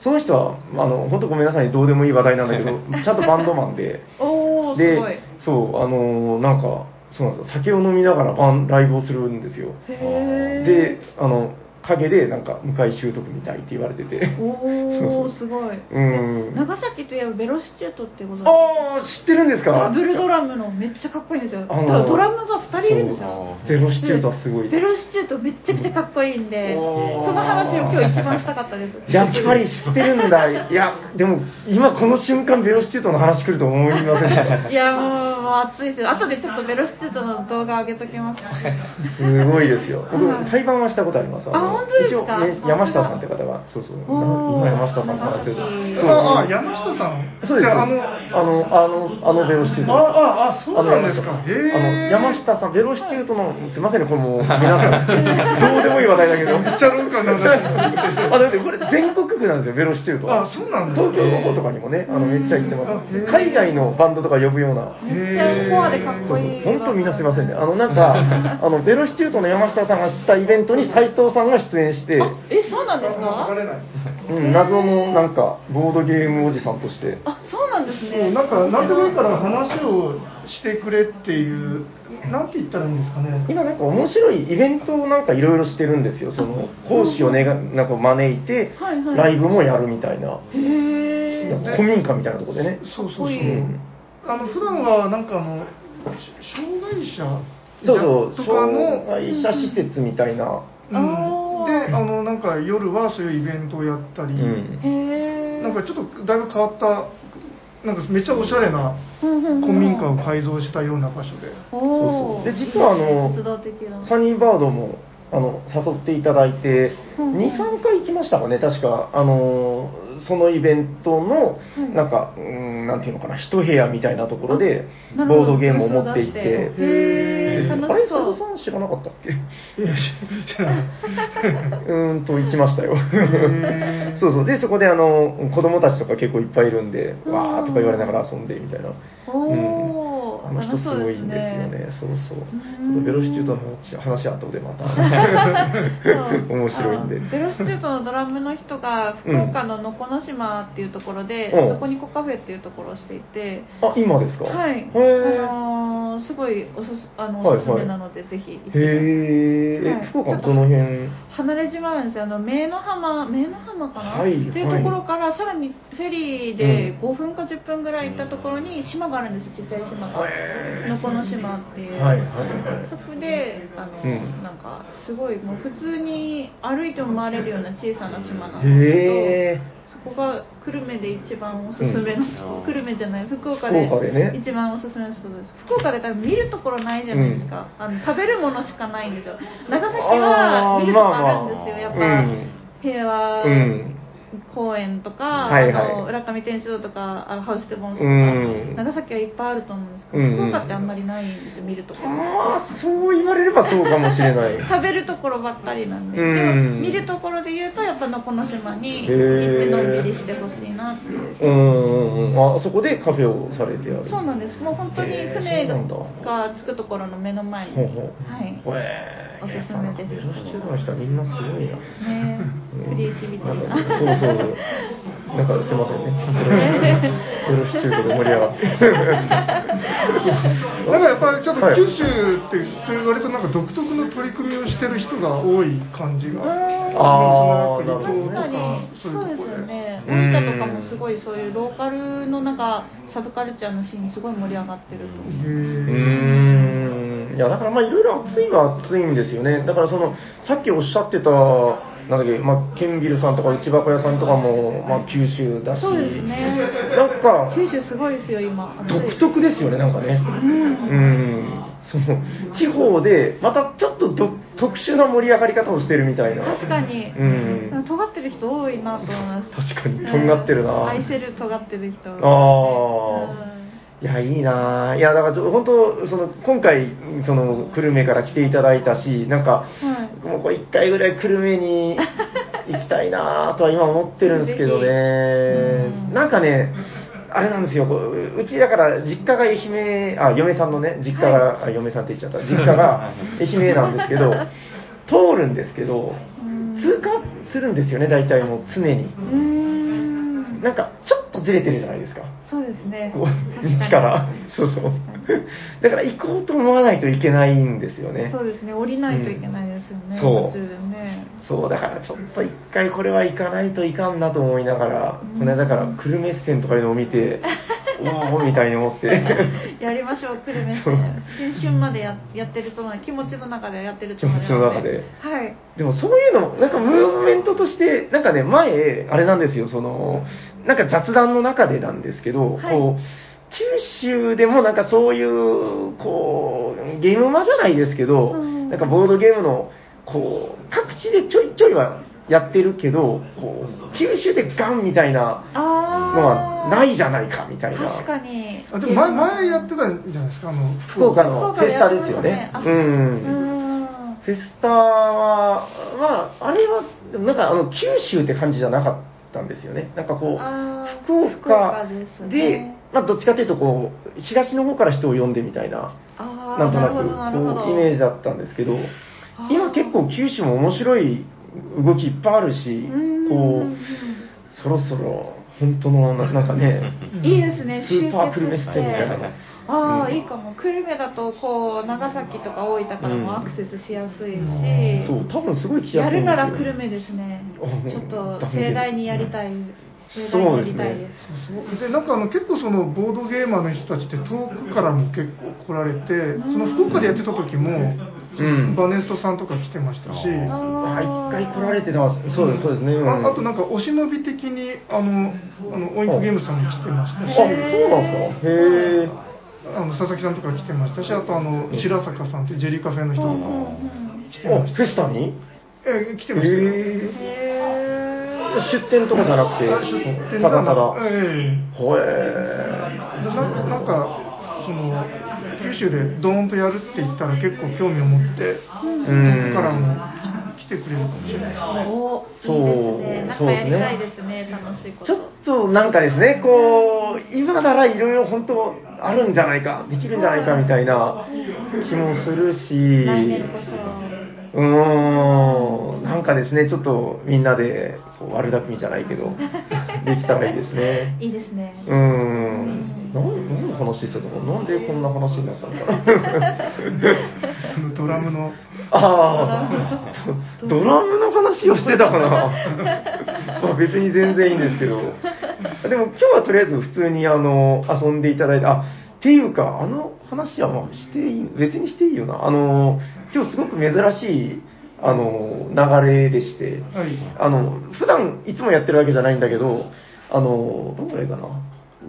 Speaker 5: その人は、あの、本当ごめんなさい、どうでもいい話題なんだけ
Speaker 3: (laughs)
Speaker 5: ど、ちゃんとバンドマンで。
Speaker 3: おおす
Speaker 5: で
Speaker 3: ごいへ、
Speaker 5: そう、あのーなんか、そうなんですよ。酒を飲みながらバンライブをするんですよ。
Speaker 3: え
Speaker 5: で、あの、陰でなんか、向井修徳みたいって言われてて。
Speaker 3: おおすごい。
Speaker 5: うん
Speaker 3: 長崎といえばベロシチュートってことで
Speaker 5: ああ、知ってるんですか
Speaker 3: ダブルドラムのめっちゃかっこいいんですよ。だ
Speaker 5: あ
Speaker 3: か
Speaker 5: の
Speaker 3: らドラムが2人いるんですよ。
Speaker 5: そうベロシチュートはすごい。
Speaker 3: ベロシチュートめっちゃくちゃかっこいいんで、
Speaker 5: おー
Speaker 3: その話を今日一番したかったです。
Speaker 5: やっぱり知ってるん (laughs) だ。いや、でも、今この瞬間、ベロシチュートの話来ると思いませんでした。
Speaker 3: いやもうもう熱いですよ。後でちょっとベロシチュートの動画上げときます。
Speaker 5: (laughs) すごいですよ。僕
Speaker 3: は、い
Speaker 5: 対バンはしたことあります。の
Speaker 3: あ本当です
Speaker 5: 一
Speaker 3: か
Speaker 5: 応、ね、山下さんって方が、そうそう、な
Speaker 3: おー
Speaker 5: 今山下さんの話です。そう
Speaker 1: ああ山下さん
Speaker 5: そうです
Speaker 1: い
Speaker 5: よ。
Speaker 1: や
Speaker 5: あ
Speaker 1: あの
Speaker 5: の、あの、あの、あのベロシチュート。
Speaker 1: あああそうなんですか
Speaker 5: あの
Speaker 1: へー
Speaker 5: 山下さんあの、山下さん、ベロシチュートの、すみませんね、これもう、皆 (laughs) さん、どうでもいい話題だけど。
Speaker 1: 言っちゃろうかななん
Speaker 5: (laughs)
Speaker 1: か
Speaker 5: あだってこれ全国区なんですよ、ベロシチュートは
Speaker 1: あそうなんですね
Speaker 5: 東京の方とかにもね、あのめっちゃ行ってま
Speaker 1: へー
Speaker 5: す。海外のバンドとか呼ぶような。
Speaker 3: めっちゃコアでかっ
Speaker 5: そ
Speaker 3: こ
Speaker 5: う
Speaker 3: い
Speaker 5: そう
Speaker 3: い。
Speaker 5: 本当みんなすいませんね。あのなん
Speaker 3: (laughs)
Speaker 5: か、あのベロシチュートの山下さんがしたイベントに斎藤さんが出演して、
Speaker 3: え、そうなんですか
Speaker 1: 流れない
Speaker 5: うん、謎のなんかボードゲームおじさんとして。
Speaker 3: あ、そうなんです
Speaker 1: そう
Speaker 3: ね。
Speaker 1: なんか何でもいいから話をしてくれっていうなんて言ったらいいんですかね
Speaker 5: 今なんか面白いイベントをなんかいろいろしてるんですよ。その講師をねがなんか招いて
Speaker 3: はいはい
Speaker 5: ライブもやるみたいな。
Speaker 3: へえ。
Speaker 5: 古民家みたいなとこでね。
Speaker 1: そうそうそう
Speaker 3: かっこいい
Speaker 1: あの普段はなんかあのし障害者
Speaker 5: そうそ
Speaker 1: と
Speaker 5: う。
Speaker 1: か
Speaker 5: 障
Speaker 1: の
Speaker 5: 害者施設みたいな。
Speaker 1: うん
Speaker 3: あー
Speaker 1: であのなんか夜はそういうイベントをやったり、
Speaker 5: うん。
Speaker 3: へえ。
Speaker 1: なんかちょっとだいぶ変わったなんかめっちゃおしゃれな古
Speaker 3: 古
Speaker 1: 民家を改造したような場所で
Speaker 5: そ
Speaker 3: お
Speaker 5: う
Speaker 3: お
Speaker 5: そうで実はあの
Speaker 3: 鉄道的な
Speaker 5: サニーバードもあの誘っていただいて、
Speaker 3: うん
Speaker 5: 2、3回行きましたかね、確か、あのーそのイベントの
Speaker 3: うん、
Speaker 5: なんか、うーん、なんていうのかな、一部屋みたいなところで、ボ
Speaker 3: なるほど
Speaker 5: ードゲームを持っていっ
Speaker 3: ブ
Speaker 5: て
Speaker 3: ースを出して、へー
Speaker 5: あれ、
Speaker 3: 楽し
Speaker 5: 佐
Speaker 3: そ
Speaker 5: 藤さん知らなかったっけ
Speaker 1: いや知らないう
Speaker 5: ーんと、行きま
Speaker 3: (laughs)
Speaker 5: したよ
Speaker 1: へー。
Speaker 5: そうそう、で、そこで、あの、子供たちとか結構いっぱいいるんで、
Speaker 3: うん
Speaker 5: わーとか言われながら遊んでみたいな。
Speaker 3: うおお、
Speaker 5: あの人
Speaker 3: 楽し
Speaker 5: す
Speaker 3: そう
Speaker 5: ご
Speaker 3: で
Speaker 5: い
Speaker 3: す
Speaker 5: んですよね
Speaker 3: ね。
Speaker 5: そうそう。
Speaker 3: う
Speaker 5: ち
Speaker 3: ん
Speaker 5: ょっとベロシチュートの話話は後で
Speaker 3: (laughs)
Speaker 5: また。
Speaker 3: そう
Speaker 5: 面白いんで
Speaker 3: あのベロシチュートのドラムの人が福岡の能古の島っていうところで、
Speaker 5: うん
Speaker 3: のこにこカフェっていうところをしていて、
Speaker 5: あ、今ですか
Speaker 3: はい、
Speaker 5: へー
Speaker 3: あのーすごいおすすあの
Speaker 5: はい
Speaker 3: おすすめなので、ぜひ行ってください
Speaker 5: へー
Speaker 3: はい
Speaker 5: え、福岡のどの辺
Speaker 3: 離れ島なんですよあの名の浜名の浜かな、
Speaker 5: はい
Speaker 3: っていうところからさらにフェリーで5分か10分ぐらい行ったところに島があるんですよちっちゃい島が能古の島っていう、
Speaker 5: はいはいはい
Speaker 3: そこであの、
Speaker 5: うん
Speaker 3: なんかすごいもう普通に歩いても回れるような小さな島なんですけ
Speaker 5: へ
Speaker 3: どそこが久留米で一番おすすめのスポット、
Speaker 4: うん
Speaker 3: (laughs) 久留米じゃない福岡
Speaker 5: 福岡でね
Speaker 3: で一番おすすめのスポットです福岡で多分見るところないじゃないですか、あの食べるものしかないんですよ長崎は見るとこあるんですよ、
Speaker 5: あーまあまあ
Speaker 3: やっぱ、
Speaker 5: うん
Speaker 3: 平和、
Speaker 5: ーうん。
Speaker 3: 公園とか、
Speaker 5: はいはい
Speaker 3: あの浦上天主堂とかあのハウステボンスと
Speaker 5: う
Speaker 3: か、
Speaker 5: ん
Speaker 3: 長崎はいっぱいあると思うんですけど、
Speaker 5: うん
Speaker 3: 福岡ってあんまりないんですよ見るところ
Speaker 5: まあ、そう言われればそうかもしれない。
Speaker 3: 食べるところばっかりなんで、
Speaker 5: うん
Speaker 3: でも見るところで言うとやっぱのこの島に行ってのんびりしてほしいなっていう、
Speaker 5: うんうんうん。あ、そこでカフェをされてある。
Speaker 3: そうなんですもう本当に船
Speaker 5: へーそうなんだ
Speaker 3: が着くところの目の前に、
Speaker 5: ほうほう (laughs)
Speaker 3: はい
Speaker 5: へー
Speaker 3: おすすめで
Speaker 5: や
Speaker 3: す
Speaker 5: っぱベロシチュートの人はみんなすごいな。
Speaker 3: ねクリエイティビティが
Speaker 5: なんかそうそうそう。なんかすいません
Speaker 3: (laughs)
Speaker 5: ね。ベロシチュートで盛り上がって。
Speaker 1: なんかやっぱりちょっと
Speaker 5: はい
Speaker 1: 九州ってそういう割となんか独特の取り組みをしてる人が多い感じが
Speaker 5: あー
Speaker 1: その
Speaker 5: なる
Speaker 1: 離
Speaker 5: ほ
Speaker 1: 島
Speaker 5: ど
Speaker 1: とかそういうとこ
Speaker 3: 確かにそうですよ
Speaker 1: ろで
Speaker 3: ね
Speaker 5: うん
Speaker 3: 大分とかもすごいそういうローカルのなんかサブカルチャーのシーンすごい盛り上がってると思う
Speaker 5: う
Speaker 1: へー
Speaker 5: ーんいやだからまあいろいろ暑いのは暑いんですよねだからそのさっきおっしゃってたなんだっけ、まあ、ケンビルさんとか内箱屋さんとかも、まあ、九州だし
Speaker 3: そうですね
Speaker 5: なんか
Speaker 3: 九州すごいですよ今暑い
Speaker 5: 独特ですよねなんかねうんその地方でまたちょっとど特殊な盛り上がり方をしてるみたいな
Speaker 3: 確かに、
Speaker 5: うん
Speaker 3: なんか尖ってる人多いなと思います
Speaker 5: 確かに尖ってるな、
Speaker 3: うん愛せる尖ってる人
Speaker 5: ああいや、いいなぁ。いや、だからちょ、本当その、今回、その、久留米から来ていただいたし、なんか、
Speaker 3: はい
Speaker 5: もうこれ一回ぐらい久留米に行きたいなぁとは今思ってるんですけどね。
Speaker 3: ぜひうん
Speaker 5: なんかね、あれなんですよ、こううちだから、実家が愛媛、あ、嫁さんのね、実家が、あ嫁さんって言っちゃった、実家が愛媛なんですけ
Speaker 3: (laughs)
Speaker 5: ど、通るんですけど、
Speaker 3: うん
Speaker 5: 通過するんですよね、大体もう常に。
Speaker 3: うーん
Speaker 5: なんか、ちょっとずれてるじゃないですか。
Speaker 3: そうですね
Speaker 5: こう
Speaker 3: 確に
Speaker 5: 道からそうそうだから行こうと思わないといけないんですよね
Speaker 3: そうですね降りないといけないですよね、
Speaker 5: うんそう
Speaker 3: 途中でね
Speaker 5: そうだからちょっと一回これは行かないといかんなと思いながら、
Speaker 3: うん
Speaker 5: この間から久留米支店とかいうのを見
Speaker 3: (laughs)
Speaker 5: ておおみたいに思って
Speaker 3: やりましょう、久留米市
Speaker 5: そう
Speaker 3: 新春までややってるつもり、気持ちの中でやってるつもりなで
Speaker 5: 気持ちの中で
Speaker 3: はい。
Speaker 5: でもそういうのなんかムーブメントとしてなんかね前あれなんですよそのなんか雑談の中でなんですけど、
Speaker 3: はい
Speaker 5: こう九州でもなんかそういうこうゲームマじゃないですけど、
Speaker 3: うん
Speaker 5: なんかボードゲームのこう各地でちょいちょいはやってるけどこう九州でガンみたいなの
Speaker 3: あ
Speaker 5: は
Speaker 3: あ。
Speaker 5: ないじゃないかみたいな
Speaker 3: 確かに。
Speaker 1: あでも前前やってたんじゃないですかあの
Speaker 5: 福岡
Speaker 3: 福
Speaker 5: の
Speaker 3: 岡
Speaker 5: フェスタですよ
Speaker 3: や
Speaker 5: ね
Speaker 3: ってました
Speaker 5: う
Speaker 3: ね
Speaker 5: ん、
Speaker 3: あ
Speaker 5: フェスタは、まあ、あれは、でもなんかあの九州って感じじゃなかったんですよね、なんかこ
Speaker 3: うーんあ
Speaker 5: う、
Speaker 3: ー
Speaker 5: 福岡
Speaker 3: 福
Speaker 5: で、
Speaker 3: 岡ですね
Speaker 5: まあ、どっちかというとこう、東の方から人を呼んでみたいな、
Speaker 3: あ
Speaker 5: な
Speaker 3: ー
Speaker 5: んとな
Speaker 3: なるほどなるほ
Speaker 5: く
Speaker 3: ど
Speaker 5: こうイメージだったんですけど、
Speaker 3: あー
Speaker 5: 今、結構九州も面白い動きいっぱいあるし
Speaker 3: うーん、
Speaker 5: こうそろそろ本当のな、なんか
Speaker 3: (laughs)
Speaker 5: ね、
Speaker 3: いいですね
Speaker 5: スーパー久留米
Speaker 3: 集
Speaker 5: ス
Speaker 3: 結し
Speaker 5: テ
Speaker 3: て
Speaker 5: みたいな。
Speaker 3: ああ、
Speaker 5: うん
Speaker 3: いいかも久留米だとこう長崎とか大分からもアクセスしやすいし、
Speaker 5: そう、多分すごい来や
Speaker 3: や
Speaker 5: すい
Speaker 3: る
Speaker 5: んですよ
Speaker 3: なら久留米ですね
Speaker 5: あ
Speaker 3: ちょっと盛大にやりたい盛
Speaker 5: そう
Speaker 3: 大
Speaker 5: で
Speaker 3: に
Speaker 5: すね
Speaker 3: やりたいです
Speaker 1: そうでなんかあの結構そのボードゲーマーの人たちって遠くからも結構来られてその福岡でやってた時も
Speaker 5: うん
Speaker 1: バネストさんとか来てましたし、あ
Speaker 5: あ一
Speaker 3: あー
Speaker 5: 回来られてたそうですそうですね、うん
Speaker 1: あとなんかお忍び的にあのあのオインクゲームさんも来てました
Speaker 5: あ
Speaker 1: し
Speaker 5: そうなんですかへえ
Speaker 1: あの佐々木さんとか来てましたしあとあの白坂さんっていうジェリーカフェの人とか
Speaker 3: うん
Speaker 1: も
Speaker 3: うん
Speaker 1: 来てまし
Speaker 5: フェスタに
Speaker 1: た、えー来て
Speaker 5: へ
Speaker 1: ましたよ
Speaker 5: え
Speaker 3: へ
Speaker 5: 出店とかじゃなく
Speaker 1: あ出店
Speaker 5: て
Speaker 1: で
Speaker 5: た
Speaker 1: は
Speaker 5: だ
Speaker 1: な
Speaker 5: ただへ
Speaker 1: ええ
Speaker 5: え
Speaker 1: ななんかその九州でドーンとやるって言ったら結構興味を持って遠くからもき来てくれるかもしれないです
Speaker 3: ーお
Speaker 5: そう
Speaker 3: いいですねなんかや
Speaker 5: そう
Speaker 3: りたいで
Speaker 5: です
Speaker 3: ね楽しいこと
Speaker 5: ちょっとなんかですね、こう、今ならいろいろ本当あるんじゃないか、できるんじゃないかみたいな気もするし、
Speaker 3: 来年こそう
Speaker 5: ーん、なんかですね、ちょっとみんなでこう悪巧みじゃないけど、できたらいいですね。
Speaker 3: いいですね
Speaker 5: うーん、なん何の話してたのなんでこんな話になったのかな。
Speaker 1: そのドラムの
Speaker 5: ああ、ドラムの話をしてたかな。まあ別に全然いいんですけど。でも今日はとりあえず普通にあの遊んでいただいて、あっていうか、あの話はまあしていい、別にしていいよな。あの、今日すごく珍しい、あの、流れでして、
Speaker 1: はい
Speaker 5: あの、普段いつもやってるわけじゃないんだけど、あの、どんぐらいかな。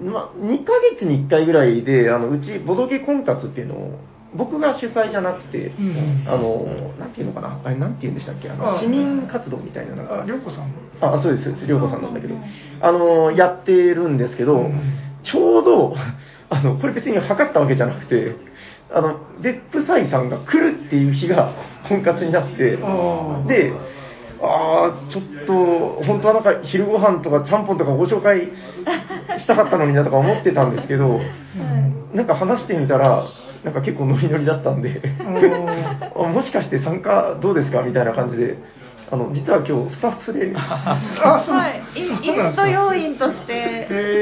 Speaker 5: まあ、2ヶ月に1回ぐらいで、あの、うち、ボドゲ婚活っていうのを、僕が主催じゃなくて、
Speaker 1: うん
Speaker 5: あの、なんていうのかな、あれ、なんていうんでしたっけ、あの
Speaker 1: あ
Speaker 5: 市民活動みたいな、なん
Speaker 1: あ
Speaker 5: か、
Speaker 1: 涼子さん
Speaker 5: あ、そうです、そうです、涼子さんなんだけど、あの、やってるんですけ
Speaker 1: う
Speaker 5: ど、
Speaker 1: ん
Speaker 5: ちょうど、 (laughs) あの、これ別に測ったわけじゃなくて、あの、ベップサイさんが来るっていう日が (laughs) 婚活になって、
Speaker 1: あー
Speaker 5: で、あーちょっと、本当はなんか昼ご飯とかちゃんぽんとかご紹介したかったのになとか思ってたんですけど、
Speaker 1: (laughs)
Speaker 5: なんか話してみたら、なんか結構ノリノリだったんで、
Speaker 1: あの
Speaker 5: (laughs) あもしかして参加どうですかみたいな感じで、あの実は今日スタッ
Speaker 1: (laughs)
Speaker 5: フで、
Speaker 1: あそう
Speaker 3: はい、インインスト要員として、
Speaker 1: へ
Speaker 3: は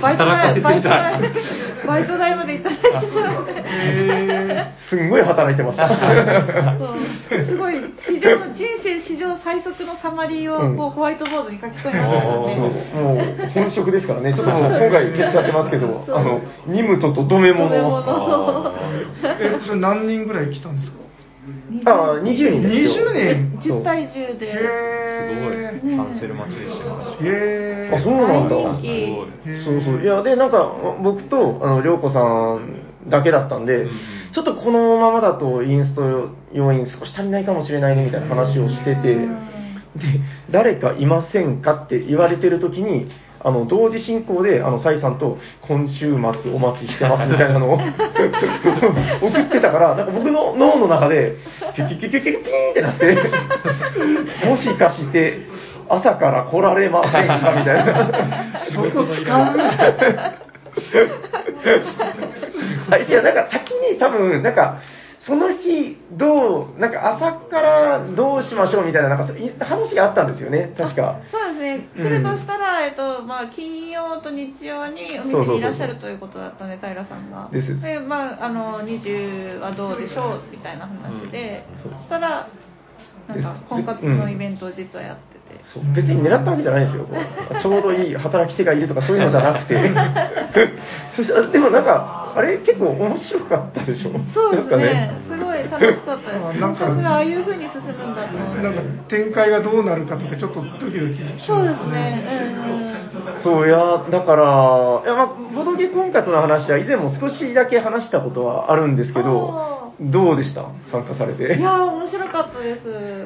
Speaker 3: い、バイト
Speaker 2: 働かせて
Speaker 3: 代、バイ
Speaker 2: み
Speaker 3: ト
Speaker 2: たい
Speaker 3: 代、バイト代までいただいてしまって、
Speaker 1: え
Speaker 5: すんごい働いてました。
Speaker 3: そうすごい史上人生史上最速のサマリーをこう、ホワイトボードに書き込みましたの
Speaker 5: も
Speaker 3: で、
Speaker 5: うもう本職ですからね、ちょっともう今回、消しちゃってますけど、あのニムトとドメモ
Speaker 3: 食べ物
Speaker 5: の、
Speaker 3: を
Speaker 1: えそれ何人ぐらい来たんですか
Speaker 5: あ20人ですよ
Speaker 1: 20人
Speaker 5: そう
Speaker 3: 10対10で
Speaker 1: へ
Speaker 4: キャンセル待ちでしたよ確か
Speaker 1: えへえ
Speaker 5: あそうな
Speaker 3: 大
Speaker 5: んだ
Speaker 3: 人気。
Speaker 5: そうそういやでなんか僕とあの涼子さんだけだったんで、
Speaker 2: うん
Speaker 5: ちょっとこのままだとインスト要員少し足りないかもしれないねみたいな話をしてて、
Speaker 3: うん
Speaker 5: で誰かいませんかって言われてる時にあの同時進行であのサイさんと今週末お待ちしてますみたいなのを (laughs) 送ってたからなんか僕の脳の中でキュキュキュキュキュピーンってなってもしかして朝から来られませんかみたいな。
Speaker 1: そこ使う
Speaker 5: あいや、なんか先に多分、なんか、その日、どう、なんか朝からどうしましょうみたいな、なんかそうい話があったんですよね、確か。
Speaker 3: そうですね、
Speaker 5: うん
Speaker 3: 来るとしたら、えっとまあ、金曜と日曜にお
Speaker 5: そうそ
Speaker 3: 店
Speaker 5: うそうそう
Speaker 3: にいらっしゃるということだったので、平さんが。
Speaker 5: です
Speaker 3: で、まあ、あの20はどうでしょうみたいな話で、
Speaker 5: うん
Speaker 3: そしたら、なん
Speaker 5: で
Speaker 3: か
Speaker 5: す
Speaker 3: 婚活のイベントを実はやってて、
Speaker 5: そう別に狙ったわけじゃないですよ、こうちょうどいい働き手がいるとかそういうのじゃ
Speaker 3: (laughs)
Speaker 5: なくて、そしたら、でもなんか、あれ、結構面白かったでしょ、
Speaker 3: そうですね
Speaker 5: なん
Speaker 3: すごい楽しかった
Speaker 1: あ
Speaker 5: (laughs)
Speaker 3: です、
Speaker 1: なん
Speaker 3: 婚
Speaker 1: か
Speaker 3: 活がああいうふうに進むんだと思って
Speaker 1: なんか展開がどうなるかとかちょっとドキドキします
Speaker 3: そうですね、うんうん、
Speaker 5: そういやだからいや、まあ、ボドゲ婚活の話は以前も少しだけ話したことはあるんですけど
Speaker 3: あ
Speaker 5: どうでした参加されて
Speaker 3: いやー面白かったです、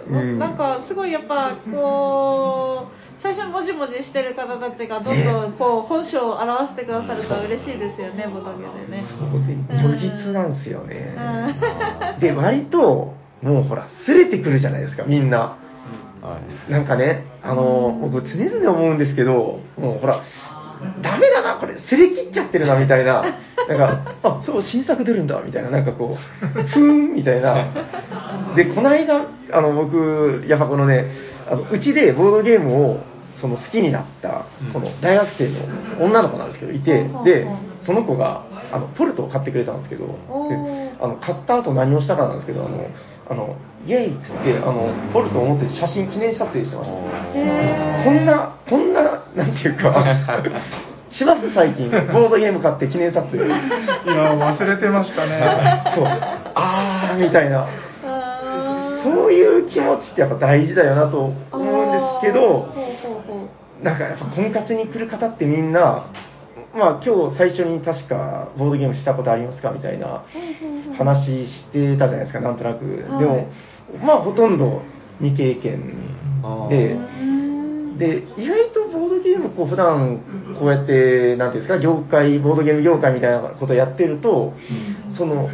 Speaker 5: うん
Speaker 3: なんかすごいやっぱこう最初もじもじしてる方たちがどんどんこう本性を表してくださると嬉しいですよねボトゲでね
Speaker 5: そうで (laughs) 如実なんですよ
Speaker 3: う
Speaker 5: ね、
Speaker 3: ん
Speaker 5: で割ともうほらすれてくるじゃないですかみんな
Speaker 4: にはい
Speaker 5: なんかねあの僕常々思うんですけどもうほらダメだなこれすれ切っちゃってるなみたいななんかあそう新作出るんだみたいななんかこうふーんみたいなでこの間あの僕ヤファコのねあのうちでボードゲームをその好きになったこの大学生の女の子なんですけどいてでその子があのポルトを買ってくれたんですけどで
Speaker 3: おー
Speaker 5: あの買った後何をしたかなんですけどあのあのイエイっつってあのポルトを持って写真記念撮影してました
Speaker 3: へー
Speaker 5: こんな、こんな、なんていうか、
Speaker 3: (laughs)
Speaker 5: します最近、ボードゲーム買って記念撮影。
Speaker 1: いや忘れてましたね
Speaker 5: そう、あーみみたいな。
Speaker 3: あー
Speaker 5: そういう気持ちってやっぱ大事だよなと思うんですけど
Speaker 3: あー、ほうほうほう
Speaker 5: なんかやっぱ婚活に来る方ってみんな、まあ今日最初に確かボードゲームしたことありますかみたいな話してたじゃないですか、なんとなく。で
Speaker 3: は
Speaker 5: も
Speaker 3: い、
Speaker 5: まあほとんど未経験
Speaker 2: あ
Speaker 5: で
Speaker 3: う、ん
Speaker 5: で意外とボードゲームこう普段こうやってなんていうんですか業界ボードゲーム業界みたいなことをやってると、その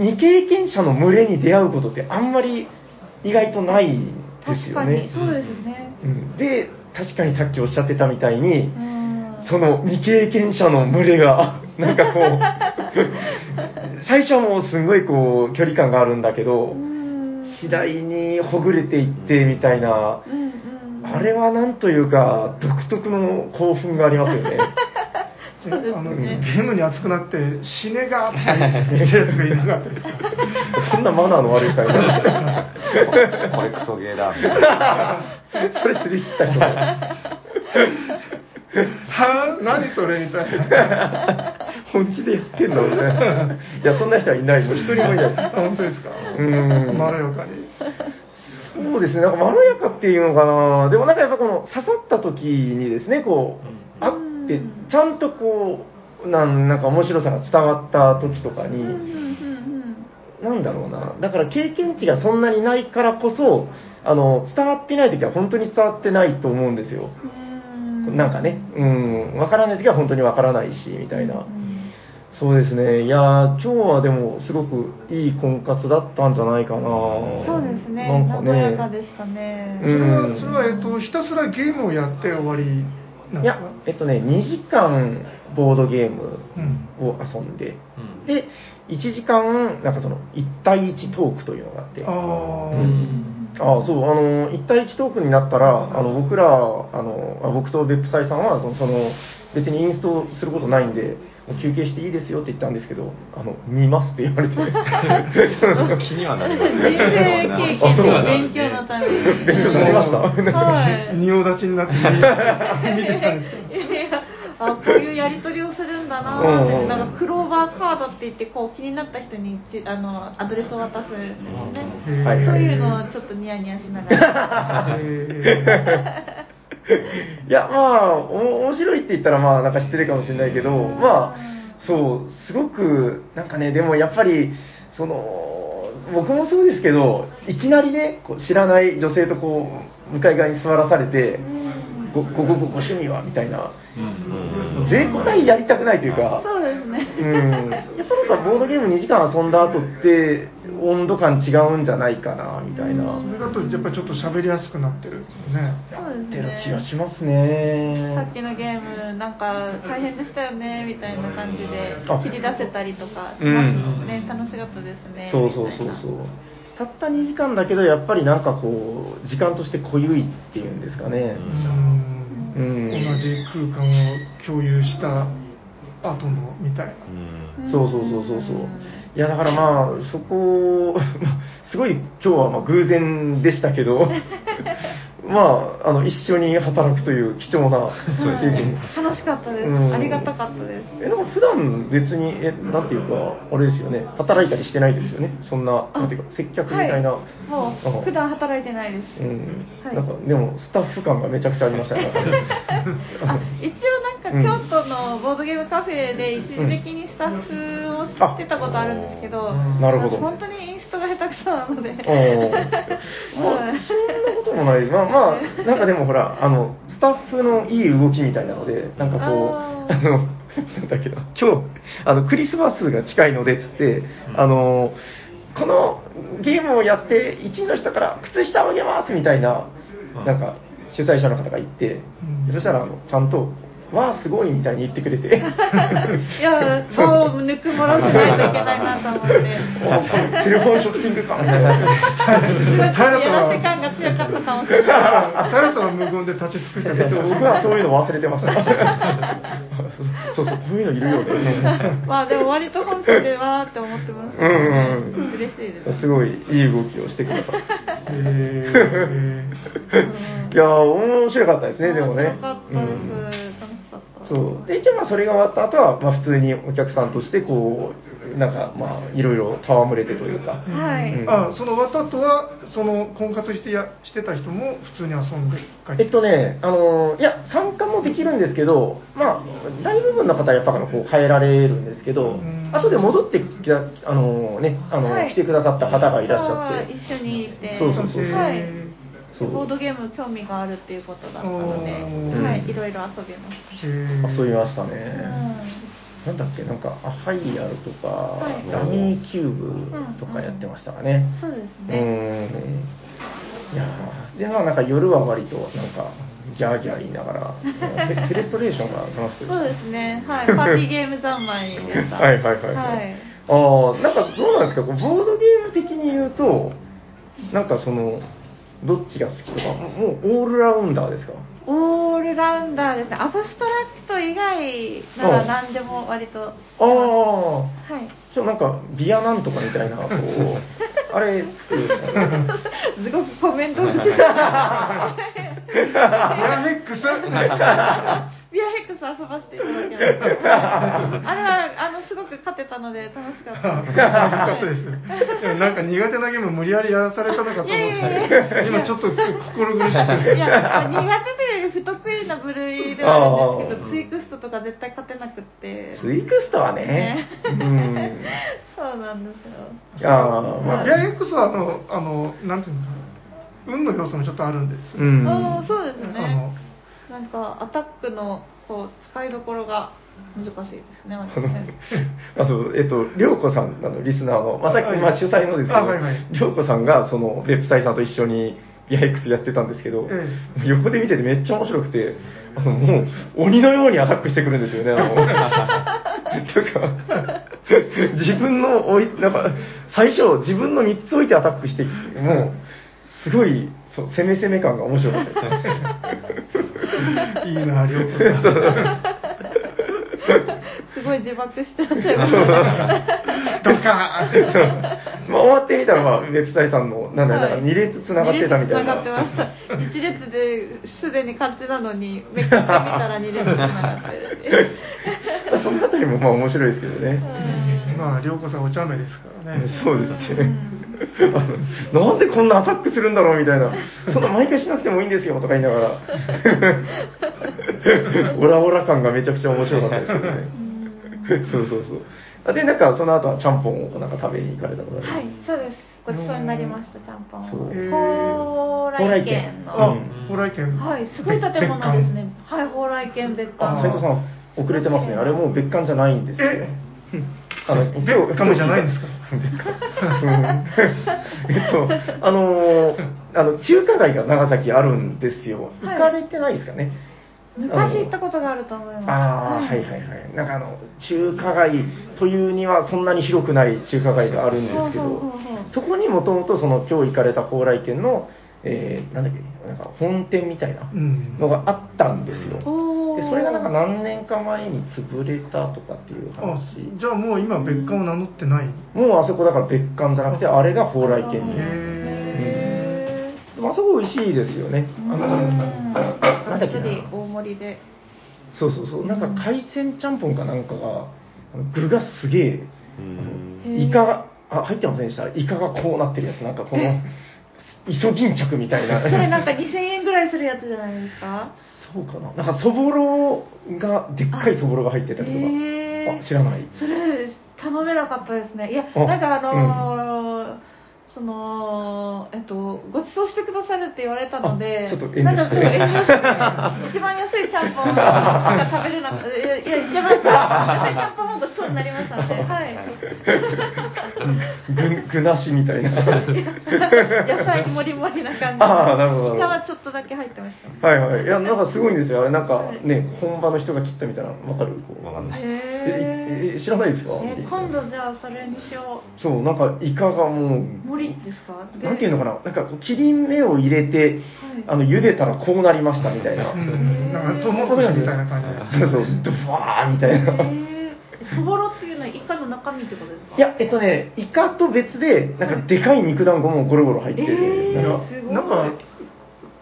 Speaker 5: 未経験者の群れに出会うことってあんまり意外とないです
Speaker 3: 確
Speaker 5: よ
Speaker 3: かに
Speaker 5: ね
Speaker 3: そうですよね
Speaker 5: うんで確かにさっきおっしゃってたみたいに
Speaker 3: う、ん
Speaker 5: その未経験者の群れが (laughs) なんかこう最初はもうすごいこう距離感があるんだけど
Speaker 3: うん
Speaker 5: 次第にほぐれていってみたいな、
Speaker 3: うんうん
Speaker 5: あれはなんというか、独特の興奮がありますよね。 (laughs)
Speaker 3: そうですね
Speaker 1: あのゲームに熱くなって死ねがって言ってるやつがいなかったですか
Speaker 5: そんなマナーの悪い会話。
Speaker 4: これクソゲーだみたいな
Speaker 5: それすり切った人が、
Speaker 1: はぁ何それみたいな
Speaker 5: 本気でやってんのみたいな。いや、そんな人はいない。もう一人もいないです。
Speaker 1: あ本当ですか
Speaker 5: うん
Speaker 1: まろやかに
Speaker 5: そうですね、なんかまろやかっていうのかな、でもなんかやっぱこの刺さった時にですね、こう、あ
Speaker 3: うん
Speaker 5: って、ちゃんとこう、なんなんか面白さが伝わった時とか
Speaker 3: うんうん
Speaker 5: に、
Speaker 3: うん
Speaker 5: なんだろうな、だから経験値がそんなにないからこそ、あの伝わってない時は本当に伝わってないと思うんですよ。
Speaker 3: うんうん
Speaker 5: なんかね、うん、わからない時は本当にわからないし、みたいな
Speaker 3: う。ん
Speaker 5: そうですね、いやー、今日はでも、すごくいい婚活だったんじゃないかな。
Speaker 3: そうですね
Speaker 5: なんか
Speaker 3: 和や
Speaker 5: ね。
Speaker 3: かでしたね
Speaker 1: それ
Speaker 5: う
Speaker 1: は
Speaker 5: ん
Speaker 1: それはえっとひたすらゲームをやって終わりなん
Speaker 5: い
Speaker 1: です
Speaker 5: や
Speaker 1: か、
Speaker 5: (laughs) えっとね、2時間ボードゲーム
Speaker 1: うん
Speaker 5: を遊んで、
Speaker 2: うん
Speaker 5: で、1時間、なんかその、1対1トークというのがあって、
Speaker 1: あ
Speaker 2: う
Speaker 1: (laughs) あ、
Speaker 2: ん
Speaker 5: ああそうあの1対1トークになったらあの僕らあのあ僕と別府斎さんはそのその別にインストすることないんでもう休憩していいですよって言ったんですけどあの見ますって言 (laughs) われて
Speaker 4: 気にはなり
Speaker 3: 人
Speaker 4: ます
Speaker 3: 生経験
Speaker 5: あそう
Speaker 3: の
Speaker 5: なんだ
Speaker 3: 勉強のために
Speaker 5: (laughs) 勉強になりました (laughs)
Speaker 3: はい
Speaker 1: 仁王立ちになって見てきたんですけど
Speaker 3: いやいやあこういうやり取りをするんだなーってなんかクローバーカードって言ってこう気になった人にじあのアドレスを渡すんですよね、
Speaker 1: へー
Speaker 5: はい
Speaker 3: そういうのをちょっとニヤニヤしながら
Speaker 1: え
Speaker 5: いやまあお面白いって言ったらまあなんか失礼かもしれないけどまあそうすごくなんかねでもやっぱりその僕もそうですけどいきなりねこう知らない女性とこう向かい側に座らされて「ごごごごご趣味は?」みたいな
Speaker 4: うん
Speaker 5: 絶対やりたくないというか
Speaker 3: そうですね
Speaker 5: うんやっぱなんかボードゲーム2時間遊んだ後って温度感違うんじゃないかなみたいな
Speaker 1: ー、それだとやっぱりちょっと喋りやすくなってるんですよね
Speaker 3: そう
Speaker 5: って
Speaker 3: です
Speaker 5: る気が
Speaker 3: ね
Speaker 5: しますね
Speaker 3: さっきのゲームなんか大変でしたよねみたいな感じで
Speaker 5: あ
Speaker 3: 切り出せたりとかします
Speaker 5: うん
Speaker 3: ね、楽しかったですね
Speaker 5: そうそうそうそうたった2時間だけどやっぱりなんかこう時間として濃ゆいっていうんですかね
Speaker 1: う
Speaker 5: うん
Speaker 1: 同
Speaker 5: ん、
Speaker 1: じ空間を共有した後のみたいな
Speaker 4: うん
Speaker 5: そうそうそうそうそういやだからまあそこすごい今日はまあ偶然でしたけ (laughs) どまああの一緒に働くという貴重な
Speaker 3: そう
Speaker 5: 経験
Speaker 3: 楽しかったです、
Speaker 5: うん
Speaker 3: ありがたかったです
Speaker 5: えなんか普段別にえなんていうかあれですよね働いたりしてないですよねそんななんていうか接客みたいな、
Speaker 3: はい、もう普段働いてないです、
Speaker 5: うん
Speaker 3: はい
Speaker 5: なんかでもスタッフ感がめちゃくちゃありましたね
Speaker 3: あ一応なんか京都のボードゲームカフェで一時的にスタッフをしてたことあるんですけど、
Speaker 5: んなるほど
Speaker 3: 私本当にインストが下手くそなので、
Speaker 5: おーまあそんなこともないまあまあなんかでもほらあのスタッフのいい動きみたいなのでなんかこう
Speaker 3: あ
Speaker 5: あ
Speaker 3: ー
Speaker 5: のなんだっけど今日あのクリスマスが近いのでっつってあのこのゲームをやって1位の人から靴下をあげますみたいな
Speaker 2: うん
Speaker 5: なんか主催者の方が言って、
Speaker 1: うん
Speaker 5: そしたらあのちゃんと「わあすごい」みたいに言ってくれ (laughs) て
Speaker 3: (laughs) いや場をぬくもらせないといけないなと思って
Speaker 5: おーこのテレフォンショッピングかみたいな
Speaker 3: すごい
Speaker 1: タイラさん
Speaker 3: やらせ
Speaker 1: は
Speaker 3: 感が強かったかもしれない
Speaker 1: タイラさんは無言で立ち尽くしてた
Speaker 5: でも僕はそういうの忘れてましたそうそうこういうのいるよね
Speaker 3: まあでも割と本心でわーって思ってます、
Speaker 5: うんうん
Speaker 3: 嬉しいです
Speaker 5: すごいいい動きをしてください
Speaker 1: へえ
Speaker 5: いやー面白かったですねでもね
Speaker 3: 面白かったです、
Speaker 5: うん
Speaker 3: 楽しかった
Speaker 5: そうで一応まあそれが終わった後はまあ普通にお客さんとしてこういう、なんか、まあ、いろいろ戯れてというか。
Speaker 3: はい、
Speaker 5: うん
Speaker 1: あその綿とはその婚活してやしてた人も普通に遊んで帰って
Speaker 5: えっとね、あのーいや、参加もできるんですけど、まあ、大部分の方はやっぱあのこう変えられるんですけど
Speaker 1: ん、
Speaker 5: 後で戻ってきた、あのーね、あのー
Speaker 3: はい
Speaker 5: 来てくださった方がいらっしゃって、
Speaker 3: あー一緒にいて
Speaker 5: そうそうそう
Speaker 3: はい
Speaker 1: へ
Speaker 5: そう
Speaker 3: ボードゲーム興味があるっていうことだったので、
Speaker 1: うん
Speaker 3: はい、いろいろ遊びまし
Speaker 1: ーへー
Speaker 5: 遊びましたね。
Speaker 3: た、
Speaker 5: な
Speaker 3: うん
Speaker 5: んだっけ、なんか、アハイアルとか、
Speaker 3: はい
Speaker 5: ダミーキューブとかやってましたかね。
Speaker 3: そうです
Speaker 5: う
Speaker 3: ね、
Speaker 5: ん。いやーで、まあ、なんか夜は割と、なんか、ギャーギャー言いながら、 (laughs) テテレストレーションが楽しそう
Speaker 3: そうですね
Speaker 5: (laughs)
Speaker 3: はいパーティーゲーム三昧でした
Speaker 5: はいはいはいはい
Speaker 3: はい
Speaker 5: ああ、なんかどうなんですか、こうボードゲーム的に言うと、なんかその、どっちが好きとか、もうオールラウンダーですか
Speaker 3: オールラウンダーですねアブストラクト以外なら何でも割とは
Speaker 5: ああ、
Speaker 3: い
Speaker 5: ちょっとなんか、ビアなんとかみたいな、こう、あれっていうか、
Speaker 3: すごくコメン
Speaker 5: (laughs)
Speaker 3: トがビア
Speaker 1: エアミックス
Speaker 3: ヘックス遊ばせていただき
Speaker 5: (laughs)
Speaker 3: ましたあれはあのすごく勝てたので楽しかったです
Speaker 1: よかった (laughs) ですいやなんか苦手なゲーム無理やりやらされたのかと思っ
Speaker 3: いやいやいや
Speaker 1: て今ちょっと心苦し
Speaker 3: い
Speaker 1: く
Speaker 3: や苦手というより不得意な部類ではあるんですけどツイクストとか絶対勝てなくて
Speaker 5: ツイクストはね
Speaker 3: ね、
Speaker 5: うん、
Speaker 3: (laughs) そうなんですよ
Speaker 5: いやー
Speaker 1: ま
Speaker 5: ま
Speaker 1: あ
Speaker 5: あ、
Speaker 1: ビア X はあのあのなんていうのかな運の要素もちょっとあるんです
Speaker 5: う
Speaker 3: ああ
Speaker 5: ん、
Speaker 3: そうです
Speaker 1: あの
Speaker 3: ねなんかアタックのこう使いどころが難しいですね割と
Speaker 5: (laughs)
Speaker 3: ね
Speaker 5: あと、えっと、りょうこさん、あの、リスナーの、まあ、さっ
Speaker 1: はい
Speaker 5: き、まあ、主催のですけ
Speaker 1: あはいはい
Speaker 5: ど、りょうこさんが、その、レプサイさんと一緒に、ビア X やってたんですけど
Speaker 1: え、
Speaker 5: 横で見ててめっちゃ面白くて、あの、もう、鬼のようにアタックしてくるんですよね、あの、とか、自分の置い、なんか、最初、自分の3つ置いてアタックしてきて、もう、すごい、そう、攻め攻め感が面白かったですね。
Speaker 1: いいなりょうこさん
Speaker 3: すごい自爆してらっしゃいましたね
Speaker 1: ドカーンって
Speaker 5: まあ、終わってみたら、まあ、レプサイさんの、なんだよ、なんか2列繋がってたみたいな。
Speaker 3: 二列繋がってました一列ですでに勝ちなのにめくってみたら二列繋がってるっていう
Speaker 5: (laughs) そのあたりもまあ面白いですけどね。
Speaker 1: まありょうこさんお茶目ですからね
Speaker 5: そうですね。あのなんでこんなアタックするんだろうみたいな、そんな毎回しなくてもいいんですよとか言いなが
Speaker 1: (laughs)
Speaker 5: ら、オラオラ感がめちゃくちゃ面白かったですけどね。そうそうそう。で、なんかその後はちゃんぽんをなんか食べに行かれたとかね、
Speaker 3: はいそうですごちそうになりましたちゃんぽん
Speaker 5: そう
Speaker 1: へー
Speaker 3: 蓬莱
Speaker 5: う
Speaker 3: 軒
Speaker 1: あ
Speaker 3: の
Speaker 5: ん
Speaker 1: 蓬莱県
Speaker 3: はいすごい建物ですねはい蓬莱軒別館
Speaker 5: あ、斉藤さん、遅れてますね。あれもう別館じゃないんですよ
Speaker 1: え
Speaker 5: あの
Speaker 1: 別館じゃないんですか
Speaker 5: えっと、あのーあの中華街が長崎あるんですよ、
Speaker 3: はい
Speaker 5: 行かれてないですかね、
Speaker 3: 昔行ったことがあると思います
Speaker 5: ああ、はいはいはい、なんかあの中華街というにはそんなに広くない中華街があるんですけど
Speaker 3: ほうほうほうほ、う
Speaker 5: そこにもともとその今日行かれた蓬莱軒の、えーなんだっけ、なんか本店みたいな
Speaker 1: うん
Speaker 5: のがあったんですよ、
Speaker 3: おー
Speaker 5: でそれがなんか何年か前に潰れたとかっていう
Speaker 1: あ
Speaker 5: 話。
Speaker 1: じゃあもう今別館を名乗ってない
Speaker 5: もうあそこだから別館じゃなくて、あれが蓬莱軒で
Speaker 1: へ
Speaker 5: す。
Speaker 3: へ
Speaker 5: でもあそこ美味しいですよね。あの、な
Speaker 3: が
Speaker 5: んだっけ
Speaker 3: っつり
Speaker 5: な。
Speaker 3: 大盛りで
Speaker 5: そうそうそう、なんか海鮮ちゃんぽんかなんかが、あの具がすげえ、
Speaker 4: うん
Speaker 3: へー
Speaker 5: イカが、あ、入ってませんでしたイカがこうなってるやつ、なんかこの、イソギンチャクみたいな。
Speaker 3: それなんか2000円ぐらいするやつじゃないですか
Speaker 5: (laughs) そうかな。なんかそぼろが、でっかいそぼろが入ってたりとか。
Speaker 3: へー
Speaker 5: あ、知らない。
Speaker 3: それ頼めなかったですねいや
Speaker 5: あ
Speaker 3: なんかあのーそのえっとごちそうしてくださるって言われたので
Speaker 5: あちょっと遠慮して
Speaker 3: なんかちょっと遠慮して一番安いちゃんぽんしか食べれなかったいやいや一番安いちゃんぽんもごちそうになりました
Speaker 5: (laughs)
Speaker 3: のではい
Speaker 5: 具、具なしみ
Speaker 3: (laughs)
Speaker 5: たいな。
Speaker 3: 野菜もりもりな感じ
Speaker 5: あーなるほどなるほど
Speaker 3: イカはちょっとだけ入ってました
Speaker 5: はいはい。いや、なんかすごいんですよ。あれなんかね、本場の人が切ったみたいな、わかるこう
Speaker 4: わかんない
Speaker 5: え
Speaker 3: へ
Speaker 5: ええ知らないですか
Speaker 3: え今度じゃあそれにしよ
Speaker 5: そうなんかイカがもう
Speaker 3: う森ですかで
Speaker 5: なんていうのかななんかこう切り目を入れて、あの茹でたらこうなりましたみたい
Speaker 3: (laughs)
Speaker 5: な、
Speaker 1: うんなんかトウモロコシみたいな感じで
Speaker 5: そうそうドバーみたいな、
Speaker 3: へーそぼろっていうのはイカの中身ってことですか
Speaker 5: いやえっとねイカと別でなんかでかい肉団子もゴロゴロ入ってて、
Speaker 3: えー
Speaker 5: なん
Speaker 1: い
Speaker 5: か
Speaker 3: すご
Speaker 1: や
Speaker 3: い
Speaker 1: なんか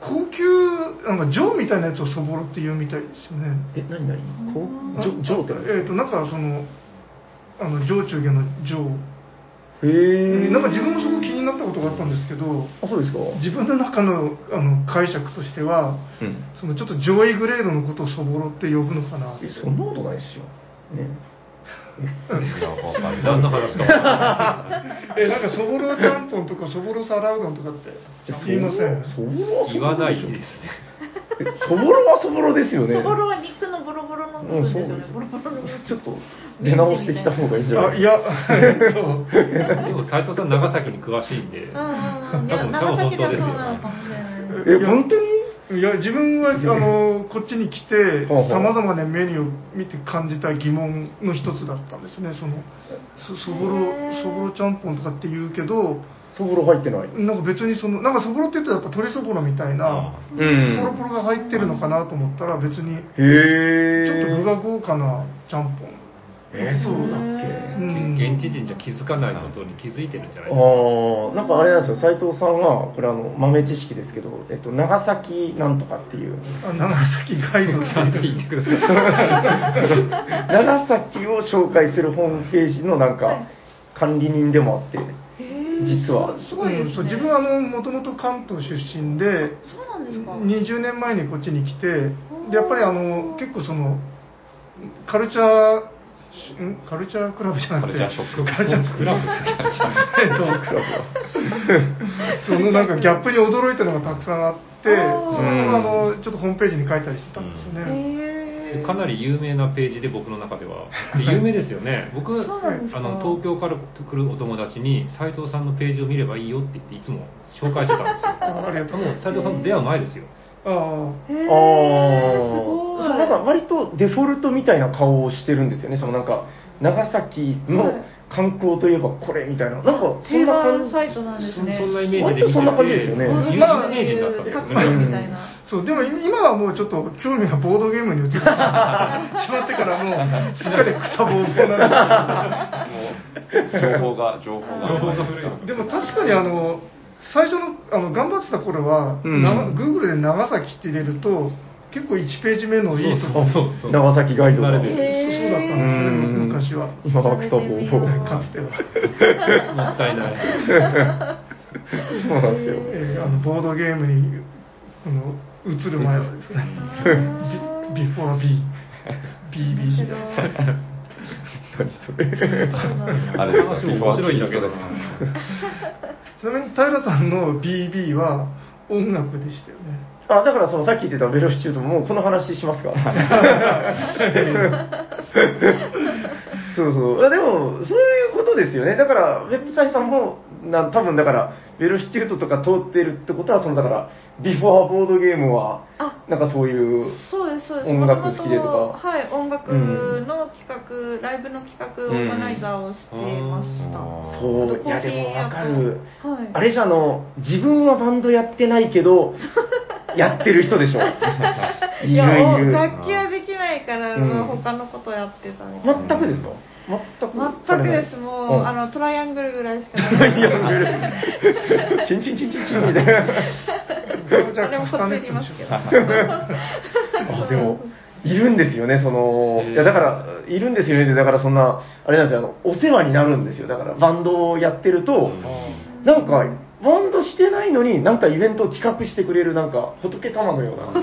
Speaker 1: 高級なんかジョーみたいなやつをそぼろって言うみたいですよね
Speaker 5: え何何こう
Speaker 1: あ
Speaker 5: ジョジョーってなんです
Speaker 1: えっ、となんかそのあの上中下の上
Speaker 5: へえ
Speaker 1: なんか自分もそこ気になったことがあったんですけど
Speaker 5: あそうですか
Speaker 1: 自分の中のあの解釈としては
Speaker 4: うん
Speaker 1: そのちょっと上位グレードのことをそぼろって呼ぶのかな
Speaker 5: えそんなことないですよ、ね、
Speaker 4: いやわかんな
Speaker 2: (laughs)
Speaker 4: い
Speaker 2: 何の話だ
Speaker 1: えなんかそぼろちゃんぽんとかそぼろ皿うどんとかって言いません
Speaker 5: そぼろはそ
Speaker 2: 言
Speaker 5: ぼ
Speaker 2: わ
Speaker 5: ろ
Speaker 2: ない
Speaker 5: で
Speaker 2: で
Speaker 5: し
Speaker 2: すね
Speaker 5: ょえそぼろはそぼろですよね
Speaker 3: そぼろは肉のボロボロの部
Speaker 5: う
Speaker 3: 分で
Speaker 5: ん
Speaker 3: す
Speaker 5: そう
Speaker 3: よね
Speaker 5: で。す
Speaker 3: ボロボロの部分。
Speaker 5: ちょっと出直してきた方がいいんじゃ
Speaker 1: あ
Speaker 5: ない
Speaker 1: いやえっと
Speaker 2: でも斉藤さん長崎に詳しいんで
Speaker 3: うんうんうん。いや
Speaker 2: 多分
Speaker 3: 長崎ではそうなのかもしれない。
Speaker 5: え本当に
Speaker 1: いや自分はあのこっちに来て
Speaker 5: ほうほう
Speaker 1: さまざまなメニューを見て感じた疑問の一つだったんですねそのそそぼろ
Speaker 3: へー
Speaker 1: そぼろちゃんぽんとかって言うけど
Speaker 5: そぼろ入ってない
Speaker 1: なんか別にそのなんかそぼろって言ったらやっぱ鶏そぼろみたいな
Speaker 5: う
Speaker 1: ポロポロが入ってるのかなと思ったら別に
Speaker 5: へえ
Speaker 1: ちょっと具が豪華なちゃんぽん
Speaker 5: えそうだっけ
Speaker 1: う
Speaker 2: 現
Speaker 1: ん
Speaker 2: 現地人じゃ気づかないことに気づいてるんじゃないですか
Speaker 5: ああなんかあれなんですよ斉藤さんはこれあの豆知識ですけど、えっと、長崎なんとかっていう
Speaker 3: (laughs)
Speaker 1: あ長崎ガイド
Speaker 2: ちゃ (laughs) んと言ってください
Speaker 5: 長崎を紹介するホームページのなんか管理人でもあって
Speaker 3: へー
Speaker 5: 実は
Speaker 3: すごいです
Speaker 1: う
Speaker 3: ね。
Speaker 1: んそう自分はあのもともと関東出身で
Speaker 3: そうなんですか。
Speaker 1: 20年前にこっちに来てでやっぱりあの結構そのカルチャーんカルチャークラブじゃなくて
Speaker 4: カルチャーショック
Speaker 1: カルチャークラブえっ (laughs) とそのなんかギャップに驚いたのがたくさんあってそれ
Speaker 3: あー
Speaker 1: をあのちょっとホームページに書いたりしてたんですよね、
Speaker 3: へー
Speaker 2: かなり有名なページで僕の中ではで (laughs) 有名ですよね僕
Speaker 3: そうなんですか
Speaker 2: あの東京から来るお友達に斉藤さんのページを見ればいいよって言っていつも紹介してたんですよ
Speaker 3: (laughs)
Speaker 1: あありがとうございます
Speaker 2: 斉藤さんと出会う前ですよ
Speaker 1: あ
Speaker 3: へ
Speaker 5: あ
Speaker 3: ーすごい。
Speaker 5: そうなんか割とデフォルトみたいな顔をしてるんですよねそのなんか長崎の観光といえばこれみたいななんかそ
Speaker 3: 定
Speaker 5: んな感
Speaker 3: 番
Speaker 5: じ
Speaker 3: サイトなんです
Speaker 2: そ
Speaker 3: ね。
Speaker 2: そんなイメージで見てて
Speaker 5: そんな感じですよね
Speaker 2: 有名
Speaker 1: まあ
Speaker 2: イメージだったんですよ
Speaker 3: サッカー
Speaker 2: ね
Speaker 3: みたいな。
Speaker 1: あそうでも今はもうちょっと興味がボードゲームに移ってしまってしまってからもうすっかり草ぼうぼうなんですけど
Speaker 4: 情報が情報が
Speaker 2: 情報が古いの
Speaker 1: でも確かにあの最初のあの頑張ってた頃は、
Speaker 5: うん
Speaker 1: 長 Google で長崎って入れると結構1ページ目のいいとこ
Speaker 2: そうそうそう
Speaker 5: 長崎ガイドが
Speaker 2: 慣れて
Speaker 3: (laughs)
Speaker 2: る
Speaker 3: へ
Speaker 1: そうそうだったんですね昔は
Speaker 5: 今は草ぼ
Speaker 3: (laughs)
Speaker 5: うぼう
Speaker 1: かつては、
Speaker 2: もったいない
Speaker 5: そうなんですよ
Speaker 1: え
Speaker 5: (laughs)
Speaker 1: ーあのボードゲームにこの移る前はですね (laughs)
Speaker 3: あー
Speaker 1: ビビフォー B BB 時代
Speaker 3: 面白
Speaker 5: 何そ
Speaker 3: い
Speaker 5: れ
Speaker 3: そうなんだ
Speaker 4: あれですか
Speaker 2: 話も面白いんだけどな
Speaker 1: ちなみに平さんの BB は音楽でしたよね
Speaker 5: あだからそのさっき言ってたベロシチューともうこの話しますからそうそうあでもそういうことですよねだからウェブサイさんもな多分だからベロシチュートとか通ってるってことはそのだからビフォーボードゲームは
Speaker 3: あ
Speaker 5: なんかそういう
Speaker 3: そうですそうです
Speaker 5: 音楽好きでとか
Speaker 3: 元々はい音楽の企画、ライブの企画オーガナイザーをしていました、
Speaker 4: うんあ
Speaker 5: そ
Speaker 3: あ
Speaker 4: ー
Speaker 3: と
Speaker 5: ういやでもわかる
Speaker 3: コーヒー屋とは
Speaker 5: あ
Speaker 3: い
Speaker 5: れじゃあの自分はバンドやってないけどやってる人でしょい
Speaker 3: いや
Speaker 5: るいる
Speaker 3: 楽器はできないから、
Speaker 5: うん
Speaker 3: まあ他のことやってたみたいな
Speaker 5: 全くですか全く
Speaker 3: 全くですもう、
Speaker 5: ん
Speaker 3: あのトライアングルぐらいしか
Speaker 5: トラ
Speaker 3: ない
Speaker 5: イアングル。 (laughs) チンチンチンチンチンみたいな。
Speaker 1: じゃあ
Speaker 3: あれも
Speaker 1: カス
Speaker 3: こ
Speaker 1: タ
Speaker 3: っ
Speaker 1: ネ
Speaker 3: ち
Speaker 1: ッ
Speaker 3: にい
Speaker 1: トで
Speaker 3: ま
Speaker 1: しょ
Speaker 3: すけど
Speaker 5: あでも、いるんですよね、その、
Speaker 2: うん
Speaker 5: いやだから、いるんですよねって、だからそんな、あれなんですよ、あのお世話になるんですよ。だから、バンドをやってると、なんか、バンドしてないのに、なんかイベントを企画してくれる、なんか、仏様のような。こう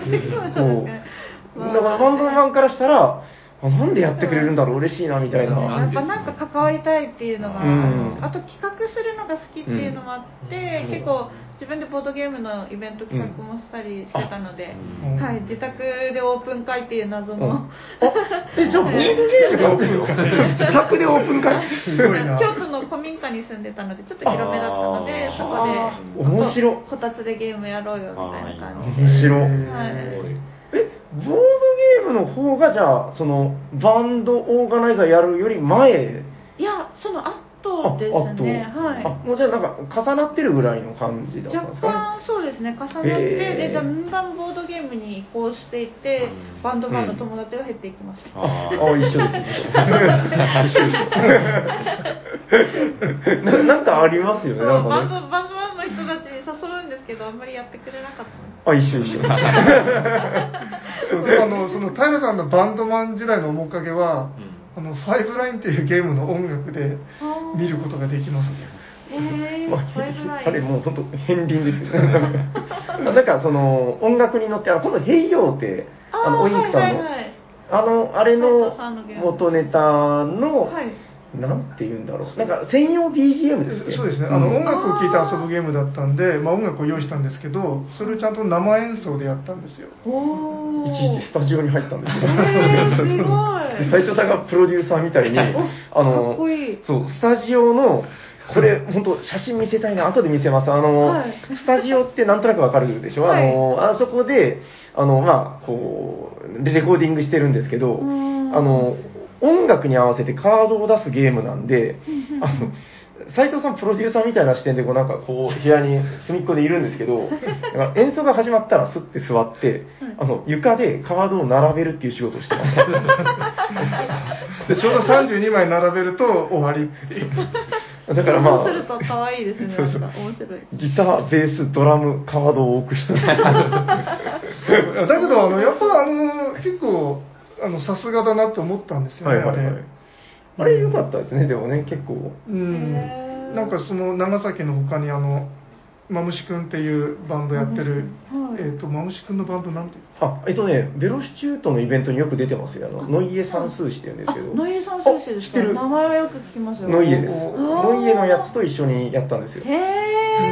Speaker 3: まあ
Speaker 5: だから、バンドマンからしたら、あなんでやってくれるんだろう、嬉しいな、みたい
Speaker 3: や
Speaker 5: な。
Speaker 3: っぱなんか関わりたいっていうのが、
Speaker 5: うん
Speaker 3: あと企画するのが好きっていうのもあって、
Speaker 5: うん
Speaker 3: 結構自分でボードゲームのイベント企画もしたりしてたので、
Speaker 1: うん
Speaker 3: はい、自宅でオープン会っていう謎
Speaker 5: うん
Speaker 3: の、
Speaker 5: あえ、じゃあ、ボードゲームがオープン (laughs) 会自宅でオープン会
Speaker 1: すごいな
Speaker 3: 京都の古民家に住んでたのでちょっと広めだったので
Speaker 4: あー
Speaker 3: そ
Speaker 5: あー
Speaker 3: こで
Speaker 5: 面白
Speaker 3: こたつでゲームやろうよみたいな感じ
Speaker 5: 面白
Speaker 1: へー
Speaker 5: えボードゲームの方がじゃあそのバンドオーガナイザーやるより前
Speaker 3: いやその後ですね
Speaker 5: ああ
Speaker 3: は
Speaker 5: もうじゃあなんか重なってるぐらいの感じ
Speaker 3: い
Speaker 5: だったん
Speaker 3: 若
Speaker 5: ですか、
Speaker 3: 干そうですね重なって
Speaker 5: へー
Speaker 3: でだんだんボードゲームに移行していって
Speaker 4: うん
Speaker 3: バンドマンの友達が減っていきました、
Speaker 4: あ
Speaker 5: あ
Speaker 4: ー
Speaker 5: 一緒です一緒な (laughs) なんかありますよね
Speaker 3: そう
Speaker 5: なん
Speaker 3: バンド
Speaker 5: かね
Speaker 3: バンドマンの人たちに誘うんですけどあんまりやってくれなかった
Speaker 5: あ一緒一緒
Speaker 1: そうでもあのその平さんのバンドマン時代の面影は、
Speaker 2: うん
Speaker 1: あの、ファイブラインっていうゲームの音楽で見ることができますね。
Speaker 3: え
Speaker 5: まあ
Speaker 3: ー、それぐらい。
Speaker 5: あれもう本当片鱗ですけど、ね、 (laughs) なんかその音楽に乗ってあのこの「ヘイヨー」って
Speaker 3: あ
Speaker 5: あ
Speaker 3: ー
Speaker 5: のおインクさんの、
Speaker 3: はいはいはい
Speaker 5: あのあれ
Speaker 3: 斉
Speaker 5: の
Speaker 3: 藤さんのゲーム
Speaker 5: 元ネタの、
Speaker 3: はい
Speaker 5: なんて言うんだろうなんか専用 BGM ですね
Speaker 1: そうですね、あの
Speaker 5: ん
Speaker 1: 音楽を聴いて遊ぶゲームだったんで、まあ、音楽を用意したんですけど、それをちゃんと生演奏でやったんですよ。
Speaker 3: おー
Speaker 5: いちいちスタジオに入ったんですよ
Speaker 3: えーすごい
Speaker 5: 斉藤さんがプロデューサーみたいに、あ
Speaker 3: かっ
Speaker 5: の
Speaker 3: こいい、
Speaker 5: そう、スタジオの、これ、本当、写真見せたいな、後で見せます。あの、
Speaker 3: はい
Speaker 5: スタジオってなんとなくわかるでしょ、あの、あそこで、あの、まあ、こう、レコーディングしてるんですけど、あ
Speaker 3: うん
Speaker 5: の、音楽に合わせてカードを出すゲームなんで、あの、斉藤さんプロデューサーみたいな視点でこうなんかこう部屋に隅っこでいるんですけ
Speaker 3: (laughs)
Speaker 5: どなんか演奏が始まったらスッて座ってあの床でカードを並べるっていう仕事をしてます
Speaker 3: (laughs)
Speaker 1: でちょうど32枚並べると終わりっていう。
Speaker 5: だからま
Speaker 3: そうすると
Speaker 5: あ、
Speaker 3: 可愛いですね。
Speaker 5: そう
Speaker 3: なん
Speaker 5: そう
Speaker 3: か面白い。
Speaker 5: ギター、ベース、ドラム、カードを置く人。
Speaker 1: だけど、あのやっぱあの結構あの、さすがだなと思ったんですよね、あれ。
Speaker 5: あれ良かったですね、でもね、結構。
Speaker 1: うん、なんかその長崎の他にあのマムシくんっていうバンドやってる、
Speaker 3: うんはい
Speaker 1: えっ、とマムシくんのバンドなんて
Speaker 5: あ、えっとね、ベロシチュートのイベントによく出てますよ。あの、ノイエ算数詞って言うんです
Speaker 3: あ
Speaker 5: けど。
Speaker 3: ノイエさん先生で
Speaker 5: あ
Speaker 3: す
Speaker 5: 知っ
Speaker 3: か
Speaker 5: てる
Speaker 3: 名前はよく聞きますよ。
Speaker 5: ノイエです。
Speaker 1: お
Speaker 3: ー
Speaker 5: ノイエのやつと一緒にやったんですよ。
Speaker 3: へえ、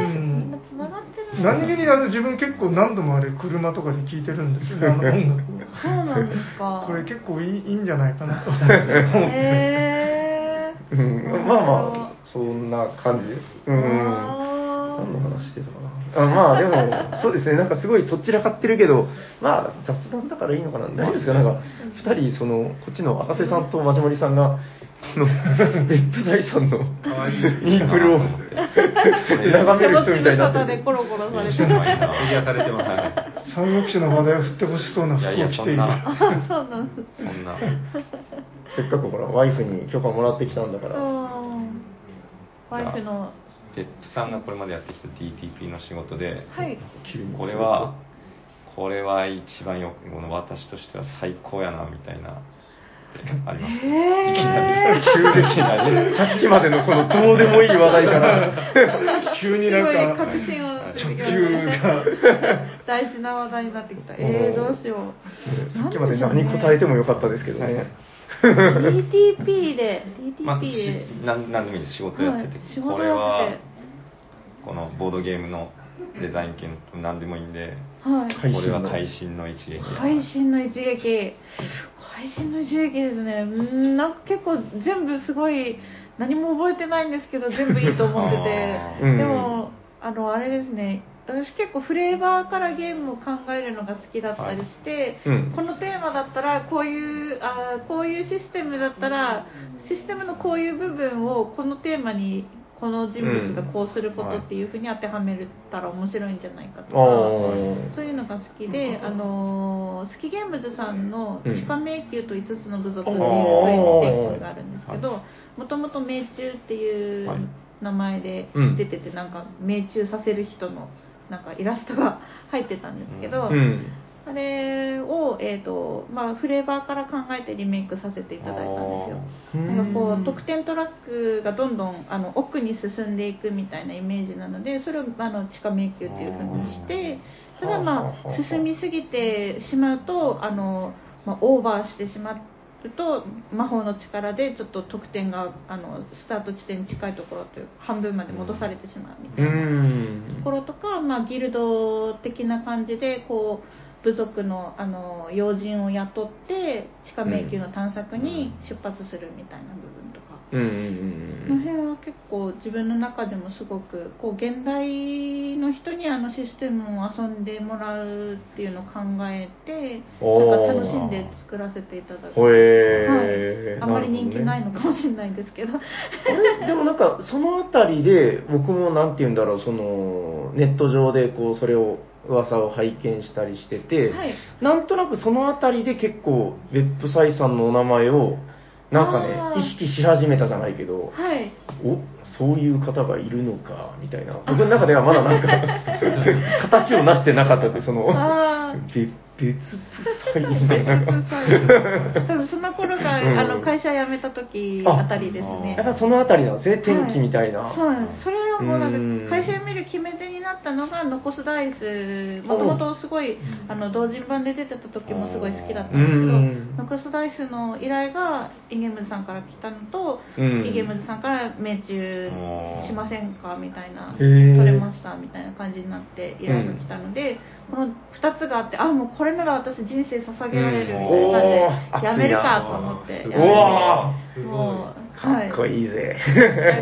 Speaker 1: う
Speaker 3: み
Speaker 1: ん
Speaker 3: んな繋がってるんだ
Speaker 1: 何気にあの自分結構何度もあれ車とかで聴いてるんですよねあの音楽を
Speaker 3: そうなんですか。
Speaker 1: これ結構いいいいんじゃないかなと
Speaker 3: へえ。
Speaker 5: うん、まあまあ、そんな感じです。うん。
Speaker 3: あー
Speaker 5: 何の話してたかな。あまあで
Speaker 4: (laughs)
Speaker 5: も、そうですね、なんかすごいとっちらかってるけど、まあ雑談だからいいのかな、大丈夫ですか、なんか、2人、その、こっちの赤瀬さんとまじもりさんが、あ
Speaker 4: (laughs)
Speaker 5: の、別府大さんの
Speaker 4: 可愛い
Speaker 5: インプ
Speaker 4: (laughs)
Speaker 5: ルを眺める人みたいにな
Speaker 3: そ
Speaker 5: って
Speaker 3: のつぶさたで
Speaker 5: る。
Speaker 3: コロコロされて
Speaker 4: う
Speaker 3: る。
Speaker 4: まいな
Speaker 2: 癒されてます。
Speaker 1: 三国志の話題を振ってほしそうない服
Speaker 4: や
Speaker 1: を
Speaker 4: いや
Speaker 1: 着
Speaker 4: そ
Speaker 1: てい
Speaker 4: ん
Speaker 1: る
Speaker 4: な
Speaker 3: あ、 (laughs) そうなんです。
Speaker 4: そんな
Speaker 5: せっかくほら、ワイフに許可もらってきたんだか
Speaker 3: う
Speaker 5: ら。
Speaker 3: ん。ワイフの。
Speaker 4: 別府さんがこれまでやってきた DTP の仕事で
Speaker 3: はい。
Speaker 4: これはこれは一番よくこの私としては最高やなみたいなありますいきな
Speaker 3: へ
Speaker 4: り
Speaker 3: え。
Speaker 4: 急にいきなり
Speaker 5: さっきまでのこのどうでもいい話題
Speaker 4: (laughs)
Speaker 5: から、
Speaker 1: (laughs) 急に
Speaker 3: す
Speaker 1: な
Speaker 3: ごい
Speaker 1: んか
Speaker 3: 確信をつけてきま
Speaker 1: 直球
Speaker 3: したね (laughs) 大事な話題になってきた。えー、どうしよう。
Speaker 5: さっきまで何答えてもよかったですけどね。
Speaker 4: (laughs)
Speaker 3: DTP で、
Speaker 4: (laughs) まあ、し
Speaker 3: DTP で、
Speaker 4: なんなんでもいいです仕事やってて、
Speaker 3: はい仕
Speaker 4: こ
Speaker 3: 事
Speaker 4: れ
Speaker 3: やって
Speaker 4: は
Speaker 3: て
Speaker 4: このボードゲームのデザイン系の何でもいいんで
Speaker 3: はい、
Speaker 5: 会心
Speaker 4: これは会心の一撃
Speaker 3: 会心の一撃、会心の一撃ですね、うーん、なんか結構、全部すごい、何も覚えてないんですけど、全部いいと
Speaker 5: (laughs)
Speaker 3: 思って
Speaker 4: あ
Speaker 3: て、
Speaker 5: ー
Speaker 3: でも、あの、あれですね、私結構フレーバーからゲームを考えるのが好きだったりして、
Speaker 5: はいうん
Speaker 3: このテーマだったらこういうあーこういうシステムだったらシステムのこういう部分をこのテーマにこの人物がこうすることっていうふうに当てはめれたら面白いんじゃないかとか、
Speaker 5: あ
Speaker 3: そういうのが好きで、あのー、スキゲームズさんの
Speaker 5: うん
Speaker 3: 地下迷宮と5つの部族ってい
Speaker 5: あ
Speaker 3: う
Speaker 5: ー
Speaker 3: トイのテーマがあるんですけど、もともと命中っていう
Speaker 5: はい
Speaker 3: 名前で
Speaker 5: うん
Speaker 3: 出てて、なんか命中させる人のなんかイラストが入ってたんですけど、
Speaker 5: あ。うん。
Speaker 3: あれを、えーとまあ、フレーバーから考えてリメイクさせていただいたんですよ。なんかこう得点トラックがどんどんあの奥に進んでいくみたいなイメージなのでそれをあの地下迷宮っていうふうにして
Speaker 5: あー
Speaker 3: ただ
Speaker 5: は
Speaker 3: ま
Speaker 5: あはあは
Speaker 3: あ
Speaker 5: あ
Speaker 3: 進みすぎてしまうとあの、まあ、オーバーしてしまうと魔法の力でちょっと得点があのスタート地点に近いところという半分まで戻されてしまうみた
Speaker 5: う
Speaker 3: いな。と
Speaker 5: ん
Speaker 3: ころとか、まあ、ギルド的な感じでこう部族のあの要人を雇って地下迷宮の探索に出発するみたいな部分とか、
Speaker 5: うんうんう
Speaker 3: この
Speaker 5: ん
Speaker 3: 辺は結構自分の中でもすごくこう現代の人にあのシステムを遊んでもらうっていうのを考えてなんか楽しんで作らせていただく、
Speaker 5: ほ
Speaker 3: はい
Speaker 5: え、ー
Speaker 3: あんまり人気ない
Speaker 5: の
Speaker 3: のかもしれないんですけど
Speaker 5: でもなんかそのあたりで僕もなんて言うんだろうそのネット上でこうそれを噂を拝見したりしてて、
Speaker 3: はい
Speaker 5: なんとなくそのあたりで結構別府斎さんのお名前をなん
Speaker 3: あ
Speaker 5: か
Speaker 3: ー
Speaker 5: ね意識し始めたじゃないけど
Speaker 3: はい
Speaker 5: おそういう方がいるのかみたいな僕の中ではまだなん
Speaker 3: (laughs)
Speaker 5: か形をなしてなかったでその
Speaker 3: あー
Speaker 5: べ別府斎みたいな
Speaker 3: 多分その頃が、あの会社社辞めた時あたりですね
Speaker 5: やっぱそのあたりなんですね、天気みたいな。
Speaker 3: そうなんですそれはもうなん
Speaker 5: うん
Speaker 3: か会社辞める決め手になったのが残すダイスもともとすごいあの同人版で出てた時もすごい好きだったんですけど
Speaker 5: うん
Speaker 3: 残すダイスの依頼がイゲームズさんから来たのと
Speaker 5: うん
Speaker 3: 月ゲームズさんから命中しませんかみたい
Speaker 5: へー
Speaker 3: な取れましたみたいな感じになって依頼が来たのでこの2つがあってあもうこれなら私人生捧げられるみたいな感じ
Speaker 5: うんおー
Speaker 3: で辞めるかと思って
Speaker 2: す
Speaker 3: 辞
Speaker 2: ご
Speaker 3: め
Speaker 2: い
Speaker 3: て
Speaker 2: すごい
Speaker 3: もう
Speaker 5: かっこ
Speaker 3: はい
Speaker 5: いいぜ。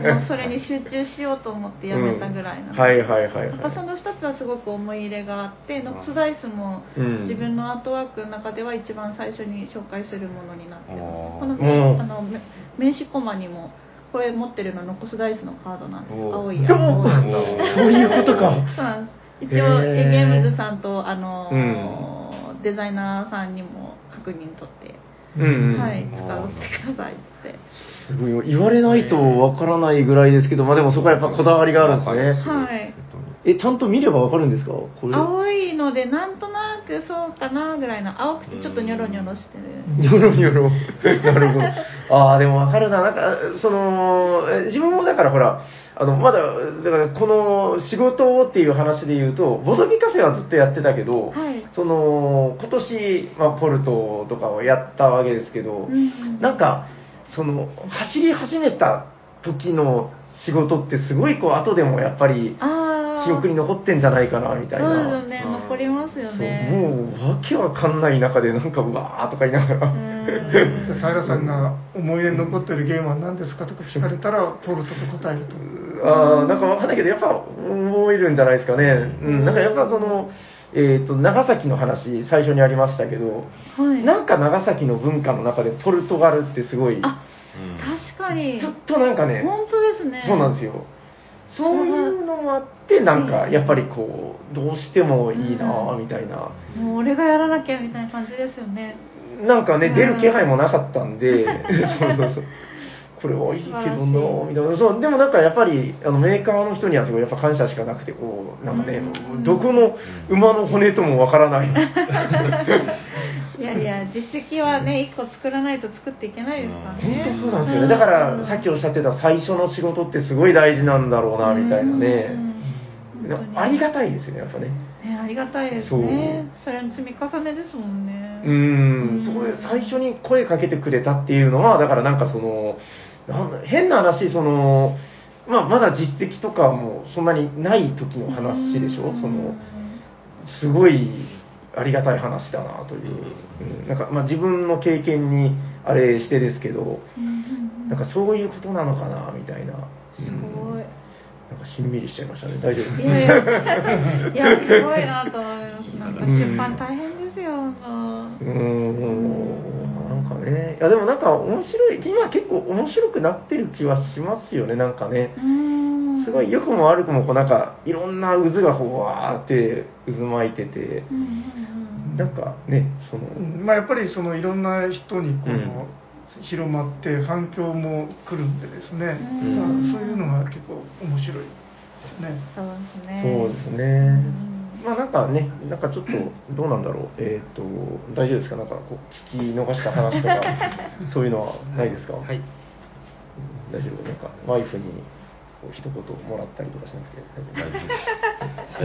Speaker 3: もうそれに集中しようと思ってやめたぐらい
Speaker 5: う
Speaker 3: なの
Speaker 5: ん
Speaker 3: で、
Speaker 5: はいはいはい
Speaker 3: やっぱそ
Speaker 5: は
Speaker 3: の2つはすごく思い入れがあって、ノックスダイスも
Speaker 5: うん
Speaker 3: 自分のアートワークの中では一番最初に紹介するものになってます、
Speaker 4: おー
Speaker 3: この
Speaker 5: うん
Speaker 3: あのめ名刺コマにもこれ持ってるのノコスダイスのカードなんですよ
Speaker 4: おー
Speaker 3: 青い
Speaker 5: い。
Speaker 3: や
Speaker 5: で
Speaker 3: つ
Speaker 5: もそういうことか。
Speaker 3: そうなんです
Speaker 5: へ
Speaker 3: 一応
Speaker 5: ー
Speaker 3: エゲームズさんとあのーデザイナーさんにも確認取って、
Speaker 5: うんうん
Speaker 3: はい、使わせてくださいって
Speaker 5: すごいよ言われないとわからないぐらいですけど、まあでもそこはやっぱこだわりがあるんですね。
Speaker 3: はい
Speaker 5: え、ちゃんと見ればわかるんですかこれ。
Speaker 3: 青いのでなんとなくそうかなぐらいの青くてちょっとニョロニョロしてる
Speaker 5: ニョロニョロ。 (laughs) なるほど。ああ、でもわかるな。なんか、その、え自分もだからほら、あの、まだ、だからこの仕事をっていう話で言うと、ボドゲカフェはずっとやってたけど、
Speaker 3: はい
Speaker 5: その、今年、まあ、ポルトとかをやったわけですけど、
Speaker 3: うん
Speaker 5: なんか、その、走り始めた時の仕事ってすごいこう、後でもやっぱり、
Speaker 3: ああ
Speaker 5: 記憶に残ってんじゃないかな、みたいな。
Speaker 3: そうですよね残りますよね
Speaker 5: そうもう、わけわかんない中で、なんか、うわーとか言いながら。
Speaker 3: うーん
Speaker 1: 平さんが思い出に残ってるゲームは何ですかとか聞かれたらポルトと答えると
Speaker 5: あーなんかわかんないけど、やっぱ覚えるんじゃないですかね。うん、なんかやっぱその、えっ、と、長崎の話、最初にありましたけど、
Speaker 3: はい
Speaker 5: なんか長崎の文化の中でポルトガルってすごい、ず
Speaker 3: あ
Speaker 4: うん
Speaker 3: 確かに
Speaker 5: っとなんかね、
Speaker 3: 本当ですね
Speaker 5: そうなん
Speaker 3: す
Speaker 5: ですよ。そういうのもあって、なんかやっぱりこう、どうしてもいいなぁみたいな。
Speaker 3: もう俺がやらなきゃみたいな感じですよね
Speaker 5: なんかね、
Speaker 3: うん
Speaker 5: 出る気配もなかったん
Speaker 3: (laughs)
Speaker 5: で、そうそうそう。これはいいけどなぁみたいな。そう、でもなんかやっぱり、あの、メーカーの人にはすごいやっぱ感謝しかなくて、こう、なんかね、
Speaker 3: うん
Speaker 5: どこの馬の骨ともわからない。
Speaker 3: いやいや実績はね1個作らないと作っていけないですから
Speaker 5: 本
Speaker 3: ね
Speaker 5: 当そうなんですよね。だから、さっきおっしゃってた最初の仕事ってすごい大事なんだろうな、みたいなね。
Speaker 3: うん
Speaker 5: で
Speaker 3: 本当に
Speaker 5: もありがたいですよね、やっぱね。
Speaker 3: ねありがたいですね
Speaker 5: そ
Speaker 3: それの積み重ねですもんね
Speaker 5: うーん、そこ
Speaker 3: うん
Speaker 5: で最初に声かけてくれたっていうのは、だからなんかその、なんだ変な話、その、まあ、まだ実績とかもそんなにない時の話でしょ、
Speaker 3: うん
Speaker 5: その、すごいありがたい話だなという、うんなんか、まあ、自分の経験にあれしてですけど、
Speaker 3: うん
Speaker 5: なんかそういうことなのかな、みたいな。う
Speaker 3: す
Speaker 5: ん
Speaker 3: ごい
Speaker 5: なんかしんみりしちゃいましたね、大丈夫です
Speaker 3: い
Speaker 5: か
Speaker 3: やい
Speaker 5: (laughs)
Speaker 3: や、いやすごいなと思います。なんか出版大変ですよ。あの
Speaker 5: うーん、なんかね、いやでもなんか面白い、今結構面白くなってる気はしますよね、なんかね
Speaker 3: う。ーん
Speaker 5: すごい良くも悪くも、こうなんか、いろんな渦がこう、わーって渦巻いてて、
Speaker 3: うんうん
Speaker 5: なんかね、その、
Speaker 1: うんまあ、やっぱりそのいろんな人にこ
Speaker 5: う
Speaker 1: の広まって反響も来るんでですね、
Speaker 3: うん
Speaker 1: まあそういうのが結構面白いですよね
Speaker 3: そうですね。
Speaker 5: そうです
Speaker 3: う
Speaker 5: ね。
Speaker 3: ん
Speaker 5: まあなんかね、なんかちょっと、どうなんだろう、えっ、と、大丈夫ですかなんかこう、聞き逃した話とか、そういうのはないですか
Speaker 2: はい。
Speaker 5: 大丈夫なんか、ワイフにこう一言もらったりとかしなくて大丈夫
Speaker 4: 大丈夫です
Speaker 1: 赤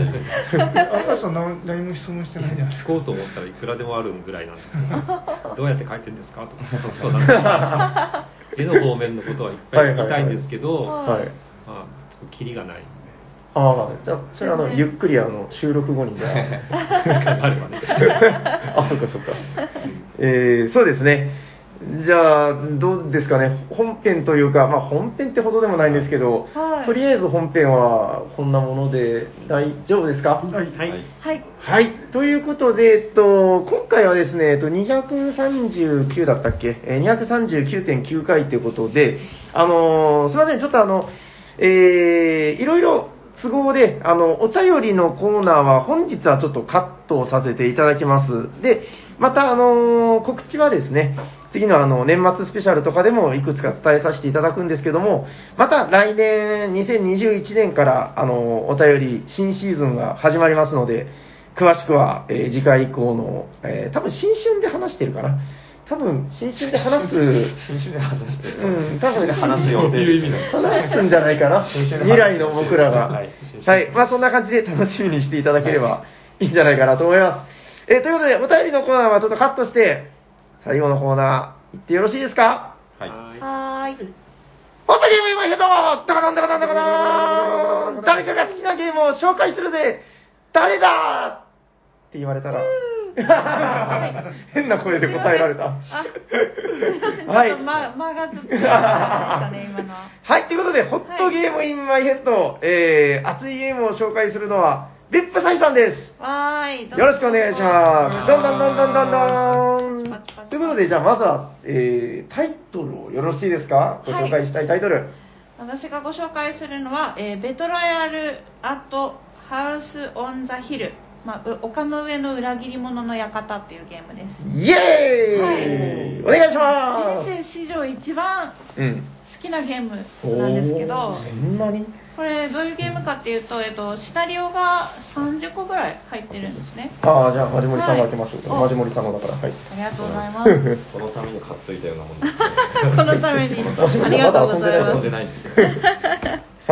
Speaker 1: 瀬さん何何も質問してないんじゃないですか
Speaker 2: 聞こうと思ったらいくらでもあるぐらいなんですけど、どうやって書いてるんですかとか、そうなんですけど絵の方面のことはいっぱい聞きたいんですけど、
Speaker 3: はい
Speaker 5: はい。
Speaker 2: まあ、ちょっとキリがないん
Speaker 5: ああ、じゃあ、それあの、
Speaker 3: 全然
Speaker 5: ゆっくりあの、収録後にじゃ
Speaker 3: (laughs)
Speaker 5: あ。
Speaker 2: で、あればね。
Speaker 5: あ、そっかそっか。えー、そうですね。じゃあ、どうですかね。本編というか、まあ本編ってほどでもないんですけど、
Speaker 3: はい
Speaker 5: とりあえず本編はこんなもので大丈夫ですか
Speaker 1: はい
Speaker 2: はい。
Speaker 3: はい。
Speaker 5: はい。ということで、えっと、今回はですね、えっと、239だったっけえー ?239.9 回ということで、あのーすいません、ちょっとあの、えーいろいろ都合で、あの、お便りのコーナーは本日はちょっとカットをさせていただきます。で、また、あのー告知はですね、次のあの年末スペシャルとかでもいくつか伝えさせていただくんですけども、また来年2021年からあのお便り新シーズンが始まりますので、詳しくは、えー次回以降の、えー多分新春で話してるかな。多分、新春で (laughs) 話す、
Speaker 4: 新春で話して、
Speaker 5: うん
Speaker 4: 新春で話す予定ですね
Speaker 5: 話すんじゃないかな。
Speaker 4: 新春で話す
Speaker 5: 未来の僕らが。
Speaker 4: は
Speaker 5: はいい。まあ、そんな感じで楽しみにしていただければいいんじゃないかなと思います。えーということで、お便りのコーナーはちょっとカットして、最後のコーナー、行ってよろしいですか
Speaker 4: はい。
Speaker 3: はーい。
Speaker 5: 本当にゲーム今一度だかなんだかなんだかなん誰かが好きなゲームを紹介するぜ誰だって言われた (laughs) ら、変な声で答えられた。
Speaker 3: あ、
Speaker 5: は (laughs)
Speaker 3: はいい。ま、間がちょっと出ましたね、今のは。
Speaker 5: はい、ということで、ホットゲームインマイヘッド、えー、熱いゲームを紹介するのは、ビップサイさんです。
Speaker 3: はーい。
Speaker 5: よろしくお願いします。どんどんどんどんどんどん。ということで、じゃあまずは、えー、タイトルをよろしいですかご紹介したいタイトル。
Speaker 3: 私がご紹介するのは、えーベトライアル・アット・ハウス・オン・ザ・ヒル、まあ、う丘の上の裏切り者の館っていうゲームです
Speaker 5: イエーイ、お願いしま
Speaker 3: 人
Speaker 5: す
Speaker 3: 生史上一番
Speaker 5: うん。
Speaker 3: 好きなゲームなんですけど
Speaker 5: おーそんなに
Speaker 3: これどういうゲームかっていうと、えっと、シナリオが30個ぐらい入ってるんですね
Speaker 5: ああ、じゃあ、マジモリさんが開けます。
Speaker 3: はい
Speaker 5: マジモリさんのだから、はい。
Speaker 3: ありがとうございます
Speaker 5: (laughs)
Speaker 4: このために買っといたようなもんです、ね。
Speaker 3: このためにありがとうござい
Speaker 5: まだ
Speaker 3: ま
Speaker 4: 遊
Speaker 5: 遊
Speaker 4: ん
Speaker 3: す
Speaker 4: でないんですけど。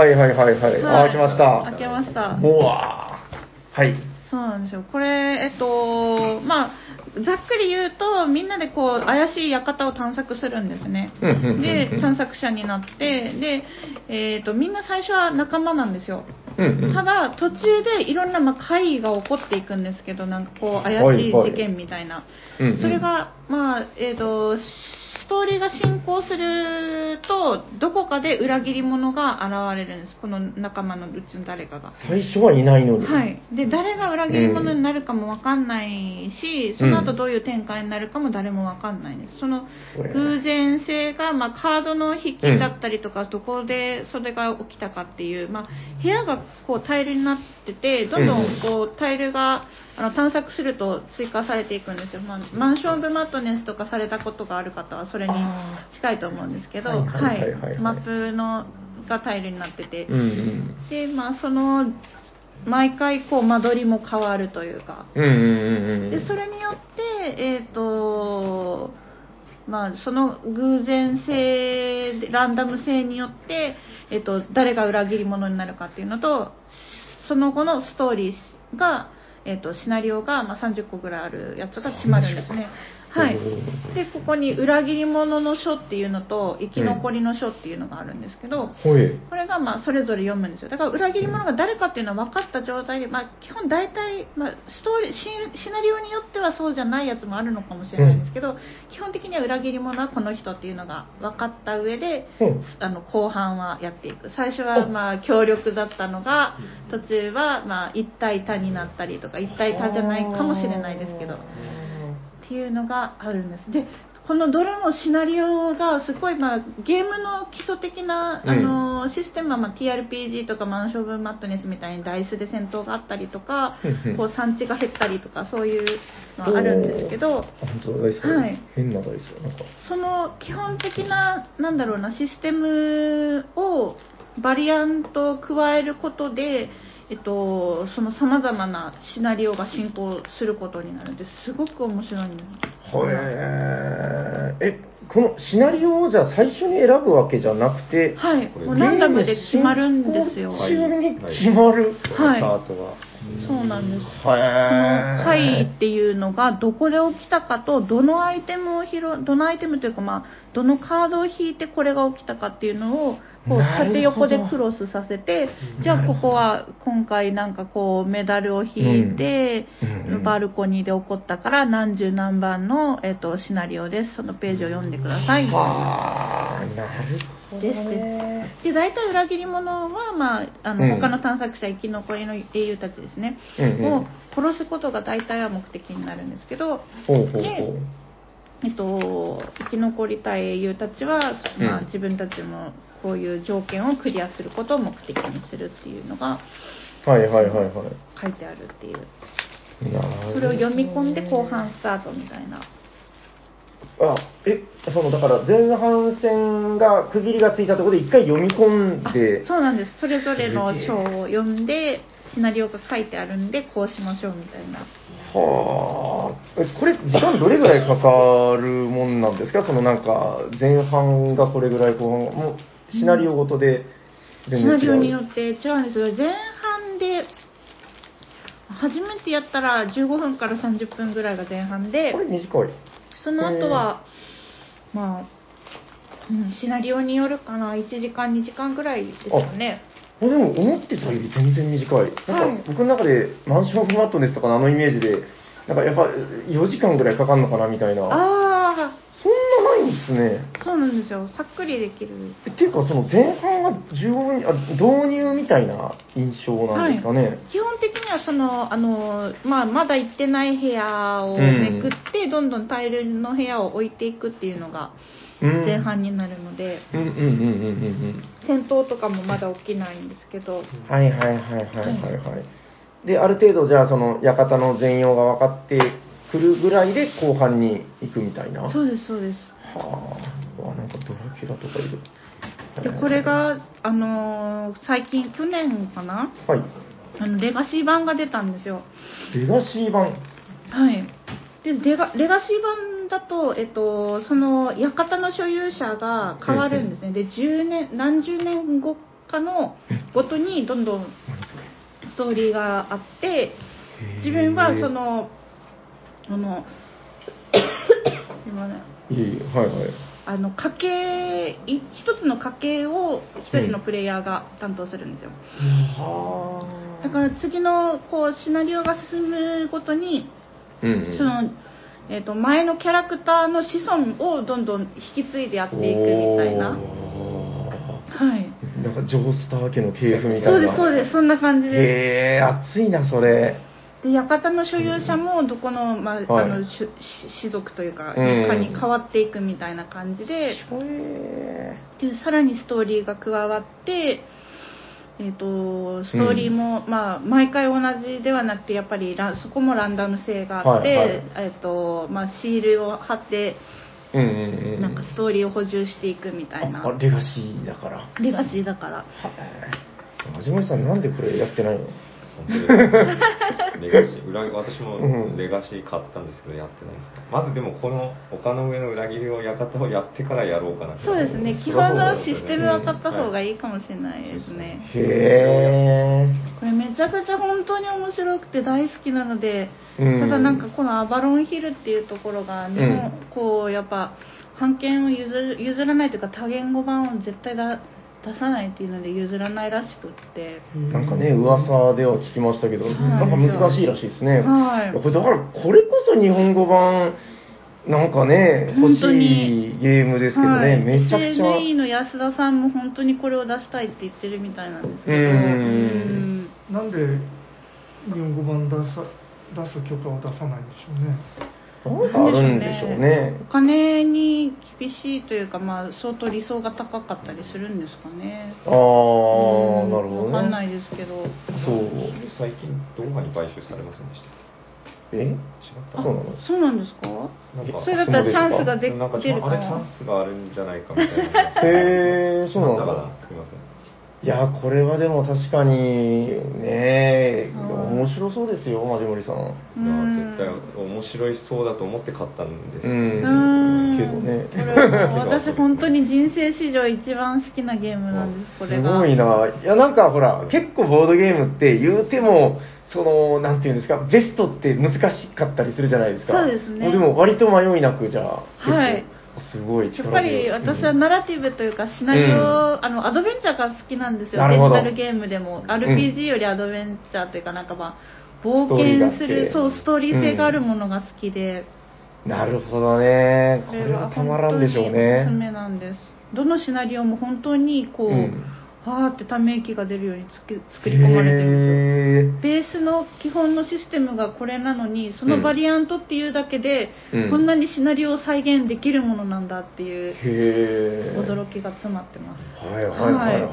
Speaker 5: はいはいはいはい。ああ、
Speaker 3: は
Speaker 5: 開
Speaker 3: い
Speaker 5: きました。
Speaker 3: 開けました
Speaker 5: うわーはい。
Speaker 3: そうなんですよ。これ、えっと、まあ、ざっくり言うと、みんなでこう、怪しい館を探索するんですね。
Speaker 5: うんうんうんうん
Speaker 3: で、探索者になって、で、えっと、みんな最初は仲間なんですよ。
Speaker 5: うんうん。
Speaker 3: ただ、途中でいろんな、まあ、怪異が起こっていくんですけど、なんかこう、怪しい事件みたいな。
Speaker 5: うんうん
Speaker 3: それが、まあ、えっ、と、ストーリーが進行すると、どこかで裏切り者が現れるんです。この仲間のうちの誰かが。
Speaker 5: 最初はいないのに。
Speaker 3: はい、で誰が裏切り者になるかもわかんないし、その後どういう展開になるかも誰もわかんないんですその
Speaker 5: これ
Speaker 3: 偶然性が、まあ、カードの引きだったりとか、どこでそれが起きたかっていう、まあ、部屋がこうタイルになっててどんどんこうタイルがあの探索すると追加されていくんですよ、まあ、マンション・オブ・マットネスとかされたことがある方はそれに近いと思うんですけど
Speaker 5: あーは
Speaker 3: はい
Speaker 5: はいはいはいはい
Speaker 3: いマップのがタイルになってて。
Speaker 5: うんうん。
Speaker 3: でまあその毎回こう間取りも変わるというか
Speaker 5: うんうんうんうん。
Speaker 3: でそれによってえっ、とまあその偶然性でランダム性によって、えっと誰が裏切り者になるかっていうのとその後のストーリーが、えっとシナリオが、まあ、30個ぐらいあるやつが決まるんですね。はい、でここに裏切り者の書っていうのと生き残りの書っていうのがあるんですけど、
Speaker 5: ほい。
Speaker 3: これがまあそれぞれ読むんですよだから裏切り者が誰かっていうのは分かった状態で、まあ、基本大体、まあ、ストーリーシシナリオによってはそうじゃないやつもあるのかもしれないんですけど、基本的には裏切り者はこの人っていうのが分かった上で、
Speaker 5: うん
Speaker 3: あの後半はやっていく最初はまあ協力だったのが途中はまあ一体他になったりとか一体他じゃないかもしれないですけど。っていうのがあるんですでこのどれもシナリオがすごい、まあ、ゲームの基礎的な、
Speaker 5: うん
Speaker 3: あのシステムは、まあ、TRPG とかマンション・オブ・マットネスみたいにダイスで戦闘があったりとか
Speaker 5: うんうん
Speaker 3: こう産地が減ったりとかそういうのはあるんですけど
Speaker 5: あ本当だ、大好き。
Speaker 3: はい
Speaker 5: 変な大好き。なんか。
Speaker 3: その基本的ななんだろうなシステムをバリアントを加えることでえっと、その様々なシナリオが進行することになるんですごく面白いんです
Speaker 5: へえ。え、このシナリオをじゃあ最初に選ぶわけじゃなくて、
Speaker 3: はい、
Speaker 4: これ
Speaker 3: もうランダムで決まるんですよ。
Speaker 5: ゲ
Speaker 4: は
Speaker 5: ー
Speaker 4: い
Speaker 5: ム進行中に決まる。
Speaker 4: この
Speaker 3: はい
Speaker 4: チャートが。
Speaker 3: そうなんです。こ
Speaker 5: は
Speaker 3: の
Speaker 5: い。
Speaker 3: 会っていうのがどこで起きたかとどのアイテムを拾うどのアイテムというかまあどのカードを引いてこれが起きたかっていうのをこう
Speaker 5: なるほど
Speaker 3: 縦横でクロスさせてじゃあここは今回なんかこうメダルを引いて、
Speaker 5: うんうん
Speaker 3: バルコニーで起こったから何十何番の、えっとシナリオですそのページを読んでください。
Speaker 5: はあ、なるほど、
Speaker 3: です
Speaker 5: ね。
Speaker 3: で大体裏切り者は、まあ、あの、
Speaker 5: うん
Speaker 3: 他の探索者生き残りの英雄たちですね、
Speaker 5: うんうん
Speaker 3: を殺すことが大体は目的になるんですけど、
Speaker 5: ほうほうほう。
Speaker 3: えっと、生き残りたい英雄たちは、
Speaker 5: うん
Speaker 3: まあ、自分たちもこういう条件をクリアすることを目的にするっていうのが
Speaker 5: はいはいはいはい。
Speaker 3: 書いてあるっていう
Speaker 5: なるほど
Speaker 3: それを読み込んで後半スタートみたいな
Speaker 5: あえそのだから前半戦が区切りがついたところで一回読み込ん
Speaker 3: あ
Speaker 5: で
Speaker 3: そうなんですそれぞれの章を読んでシナリオが書いてあるんでこうしましょうみたいな
Speaker 5: はあ。えこれ、時間どれぐらいかかるもんなんですかそのなんか、前半がこれぐらい、後半が、もう、シナリオごとで
Speaker 3: シナリオによ
Speaker 5: う
Speaker 3: って違うんですよ前半で初めてやったら15分から30分ぐらいが前半で
Speaker 5: これ短い。
Speaker 3: その後は、まあ、うん、シナリオによるかな1時間2時間ぐらいですよね
Speaker 5: あでも思ってたより全然短いなん
Speaker 3: はい
Speaker 5: か僕の中でマンションフマットネスとかのあのイメージでなんかやっぱ4時間ぐらいかかるのかなみたいなそんな
Speaker 3: ああ
Speaker 5: ないんですね
Speaker 3: ーそうなんですよさっくりできる
Speaker 5: えっていうかその前半は15分あ導入みたいな印象なんですかね、
Speaker 3: 基本的にはそのあの、まあ、まだ行ってない部屋をめくって、どんどんタイルの部屋を置いていくっていうのが
Speaker 5: うん
Speaker 3: 前半になるので、
Speaker 5: うんうんうんうんうん
Speaker 3: 戦闘とかもまだ起きないんですけど、
Speaker 5: うんはいはいはいはいはいはいである程度じゃあその館の全容が分かってくるぐらいで後半に行くみたいな
Speaker 3: そうですそうです
Speaker 5: はあうわなんかドラキュラとかいる
Speaker 3: でこれが、あのー最近去年かな
Speaker 5: はい
Speaker 3: あのレガシー版が出たんですよ
Speaker 5: レガシー版
Speaker 3: はいでレガレガシー版だと、えっと、その館の所有者が変わるんですね、で10年何十年後かのごとにどんどん
Speaker 5: 何それ
Speaker 3: ストーリーがあって自分はそのあ (laughs) の今ね
Speaker 5: いいはいはい
Speaker 3: あの家計い一つの家計を一人のプレイヤーが担当するんですよ、
Speaker 5: はあ
Speaker 3: だから次のこうシナリオが進むごとに
Speaker 5: うんうん
Speaker 3: その、えー、と前のキャラクターの子孫をどんどん引き継いでやっていくみたいな
Speaker 5: お
Speaker 3: はい
Speaker 5: ーなんかジョースター家の系譜みたいな
Speaker 3: そうですそうですそんな感じです
Speaker 5: へえ熱いなそれ
Speaker 3: で館の所有者もどこの,、まあ
Speaker 5: はい
Speaker 3: あのしし士族というか、
Speaker 5: うん
Speaker 3: かに変わっていくみたいな感じで
Speaker 5: へ
Speaker 3: でさらにストーリーが加わって、えー、とストーリーも、まあ、毎回同じではなくてやっぱりラそこもランダム性があって、
Speaker 5: はいはい
Speaker 3: えーとまあ、シールを貼って
Speaker 5: えうんうんうん
Speaker 3: なんかストーリーを補充していくみたいな、
Speaker 5: あレガシーだからは
Speaker 3: レガシーだから
Speaker 5: いまじまりさんなんでこれやってないの
Speaker 4: 本当にレガシー裏私
Speaker 5: うん
Speaker 4: もレガシー買ったんですけどやってないんですけどまずでもこの丘の上の裏切りを館をやってからやろうかな
Speaker 3: そうですね基本のシステムは買った方がいいかもしれないですね、
Speaker 5: へ
Speaker 3: これめちゃくちゃ本当に面白くて大好きなので、
Speaker 5: え、う
Speaker 3: ただなんかこのアバロンヒルっていうところが日本、こうやっぱ版権を譲る譲らないというか多言語版を絶対だ出さないっていうので譲らないらしくって
Speaker 5: なんかね噂では聞きましたけど
Speaker 3: そう
Speaker 5: な
Speaker 3: なんん
Speaker 5: か
Speaker 3: ですよ
Speaker 5: 難しいらしいですね
Speaker 3: はい
Speaker 5: いやこれだからこれこそ日本語版なんかね欲
Speaker 3: 本
Speaker 5: し
Speaker 3: 当に
Speaker 5: いゲームですけどね、
Speaker 3: はい、
Speaker 5: めちゃくちゃ
Speaker 3: SNE の安田さんも本当にこれを出したいって言ってるみたいなんですけど
Speaker 5: うん
Speaker 3: うん
Speaker 1: なんで日本語版出さ出す許可を出さないんでしょうね
Speaker 5: なんかあるんでしょうね
Speaker 3: お金に厳しいというか、まあ、相当理想が高かったりするんですかね
Speaker 5: ああー
Speaker 3: うん
Speaker 5: なるほどね
Speaker 3: わかんないですけ
Speaker 5: そ
Speaker 3: ど
Speaker 5: う
Speaker 4: 最近ドーハに買収されませんでした
Speaker 5: え
Speaker 4: 違った
Speaker 5: そうなの
Speaker 3: そうなんですか
Speaker 4: なんか
Speaker 3: それだったらチャンスがで
Speaker 4: なんか
Speaker 3: 出るか
Speaker 4: あれチャ
Speaker 3: な
Speaker 4: ンスがあるんじゃないかみたいな
Speaker 5: へえそうなんだ
Speaker 4: だからすみません
Speaker 5: いやこれはでも確かにね
Speaker 3: はい
Speaker 5: 面白そうですよマジモリさん
Speaker 3: うん
Speaker 4: 絶対面白いそうだと思って買ったんです、
Speaker 5: うん
Speaker 3: うん
Speaker 5: けどね
Speaker 3: これは私本当に人生史上一番好きなゲームなんですこれ
Speaker 5: す
Speaker 3: が
Speaker 5: ごいないやなんかほら結構ボードゲームって言うてもそのなんていうんですかベストって難しかったりするじゃないですか
Speaker 3: そうですね
Speaker 5: もでも割と迷いなくじゃあ
Speaker 3: はい
Speaker 5: 結構すごい
Speaker 3: や
Speaker 5: 力
Speaker 3: っぱり
Speaker 5: 強い
Speaker 3: 私は
Speaker 5: うん
Speaker 3: ナラティブというかシナリオ、
Speaker 5: うん
Speaker 3: あのアドベンチャーが好きなんですよ
Speaker 5: なる
Speaker 3: デジ
Speaker 5: ほど
Speaker 3: タルゲームでも RPG よりアドベンチャーというかなんかまあ冒
Speaker 5: ストーリーがあっ
Speaker 3: 険
Speaker 5: て
Speaker 3: するそうストーリー性があるものが好きで、
Speaker 5: なるほどねこれはたまらんでしょうね
Speaker 3: おすすめなんですどのシナリオも本当にこう、
Speaker 5: うん
Speaker 3: はーってため息が出るようにつく作り込まれてるんです
Speaker 5: へー
Speaker 3: よベースの基本のシステムがこれなのにそのバリアントっていうだけで、
Speaker 5: うん
Speaker 3: こんなにシナリオを再現できるものなんだっていう
Speaker 5: へえ
Speaker 3: 驚きが詰まってます、
Speaker 5: はいはいはいはいはいはい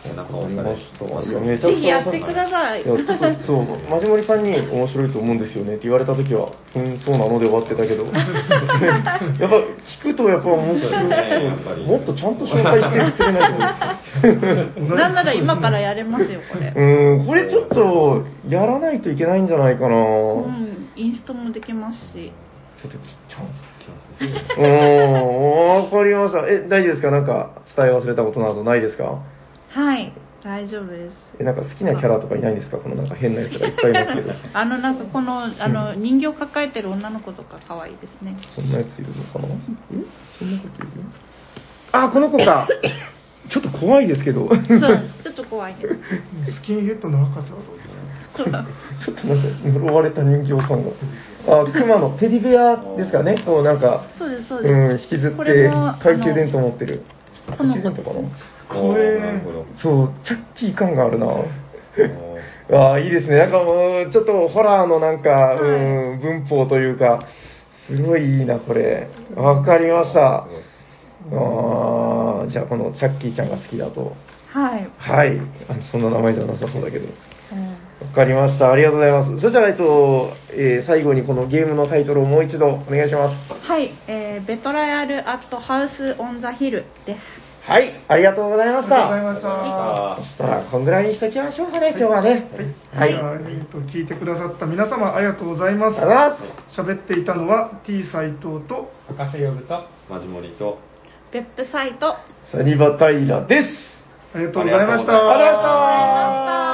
Speaker 4: 背中を
Speaker 5: わか
Speaker 4: 押
Speaker 5: り
Speaker 4: さ
Speaker 5: ま
Speaker 4: れ
Speaker 5: した
Speaker 4: ま
Speaker 5: い
Speaker 4: し
Speaker 5: や
Speaker 4: た
Speaker 5: めちゃく
Speaker 3: ぜひ
Speaker 5: ちゃ
Speaker 3: やってください
Speaker 5: いやちょっとそうマジモリさんに面白いと思うんですよねって言われた時はうんそうなので終わってた
Speaker 3: (laughs)
Speaker 5: けどやっぱ聞くとやっぱもう
Speaker 4: そうですねやっぱ
Speaker 3: (laughs)
Speaker 4: り
Speaker 5: もっとちゃんと紹介してくれない
Speaker 3: (laughs) なんなら今からやれますよこれ、
Speaker 5: うん、これちょっと、やらないといけないんじゃないかな。
Speaker 3: う、
Speaker 5: うん
Speaker 3: インストもできますし
Speaker 5: ちょっと、ちょ、うん、わかりました。え、大丈夫ですかなんか、伝え忘れたことなどないですか
Speaker 3: はい大丈夫です
Speaker 5: え、なんか好きなキャラとかいないんですかこのなんか変なやつがいっぱいいますけど。
Speaker 3: あのなんかこのあの人形抱えてる女の子とか可愛いです
Speaker 5: (laughs)
Speaker 3: ね
Speaker 5: そんなやついるのかなえそんなこといるあ、この子か。 (coughs) (laughs) ちょっと怖いですけど。
Speaker 3: そうなんですちょっと怖いです
Speaker 1: スキンヘッドの博士はどうですか
Speaker 5: ちょっとなんか呪われた人形感が。あ、熊のテディベアですかね。こうなんか、
Speaker 3: そうですそうです、
Speaker 5: うん、引きずっ
Speaker 3: これ
Speaker 5: て
Speaker 3: もあの
Speaker 5: 懐中電灯持ってる。
Speaker 3: この
Speaker 5: 懐中電
Speaker 3: 子
Speaker 5: 灯かな。
Speaker 1: これ
Speaker 4: あーなるほど
Speaker 5: そう、チャッキー感があるな。
Speaker 4: あ
Speaker 5: ああ、いいですね。なんかもう、ちょっとホラーのなんか、
Speaker 3: はい
Speaker 5: うん、文法というか、すごいいいな、これ。わかりました。
Speaker 4: ーすごい
Speaker 5: ああ、じゃあこのチャッキーちゃんが好きだと。
Speaker 3: はい、
Speaker 5: はい。あのそんな名前じゃなさそうだけど。
Speaker 3: うん
Speaker 5: わかりました。ありがとうございます。そしたら、えっと、えー最後にこのゲームのタイトルをもう一度お願いします。
Speaker 3: はい、えーベトライアル・アット・ハウス・オン・ザ・ヒルです。
Speaker 5: はい。ありがとうございま
Speaker 1: あ
Speaker 5: し
Speaker 1: り
Speaker 5: た。
Speaker 1: がとうございました
Speaker 4: あ
Speaker 5: そしたら、こんぐらいにしときましょうかね、今日はね。
Speaker 1: はい、えっと聞いてくださった皆様ありがとうございま
Speaker 5: あり
Speaker 1: す
Speaker 5: がとうございます。
Speaker 1: 喋っていたのは T 斎藤と
Speaker 2: 博士呼ぶと
Speaker 4: ーマジモリと
Speaker 3: ベップサイト。
Speaker 5: サニバタイラです。
Speaker 1: ありがとうございまし
Speaker 4: ありがとうございました
Speaker 1: た
Speaker 3: ありがとうございました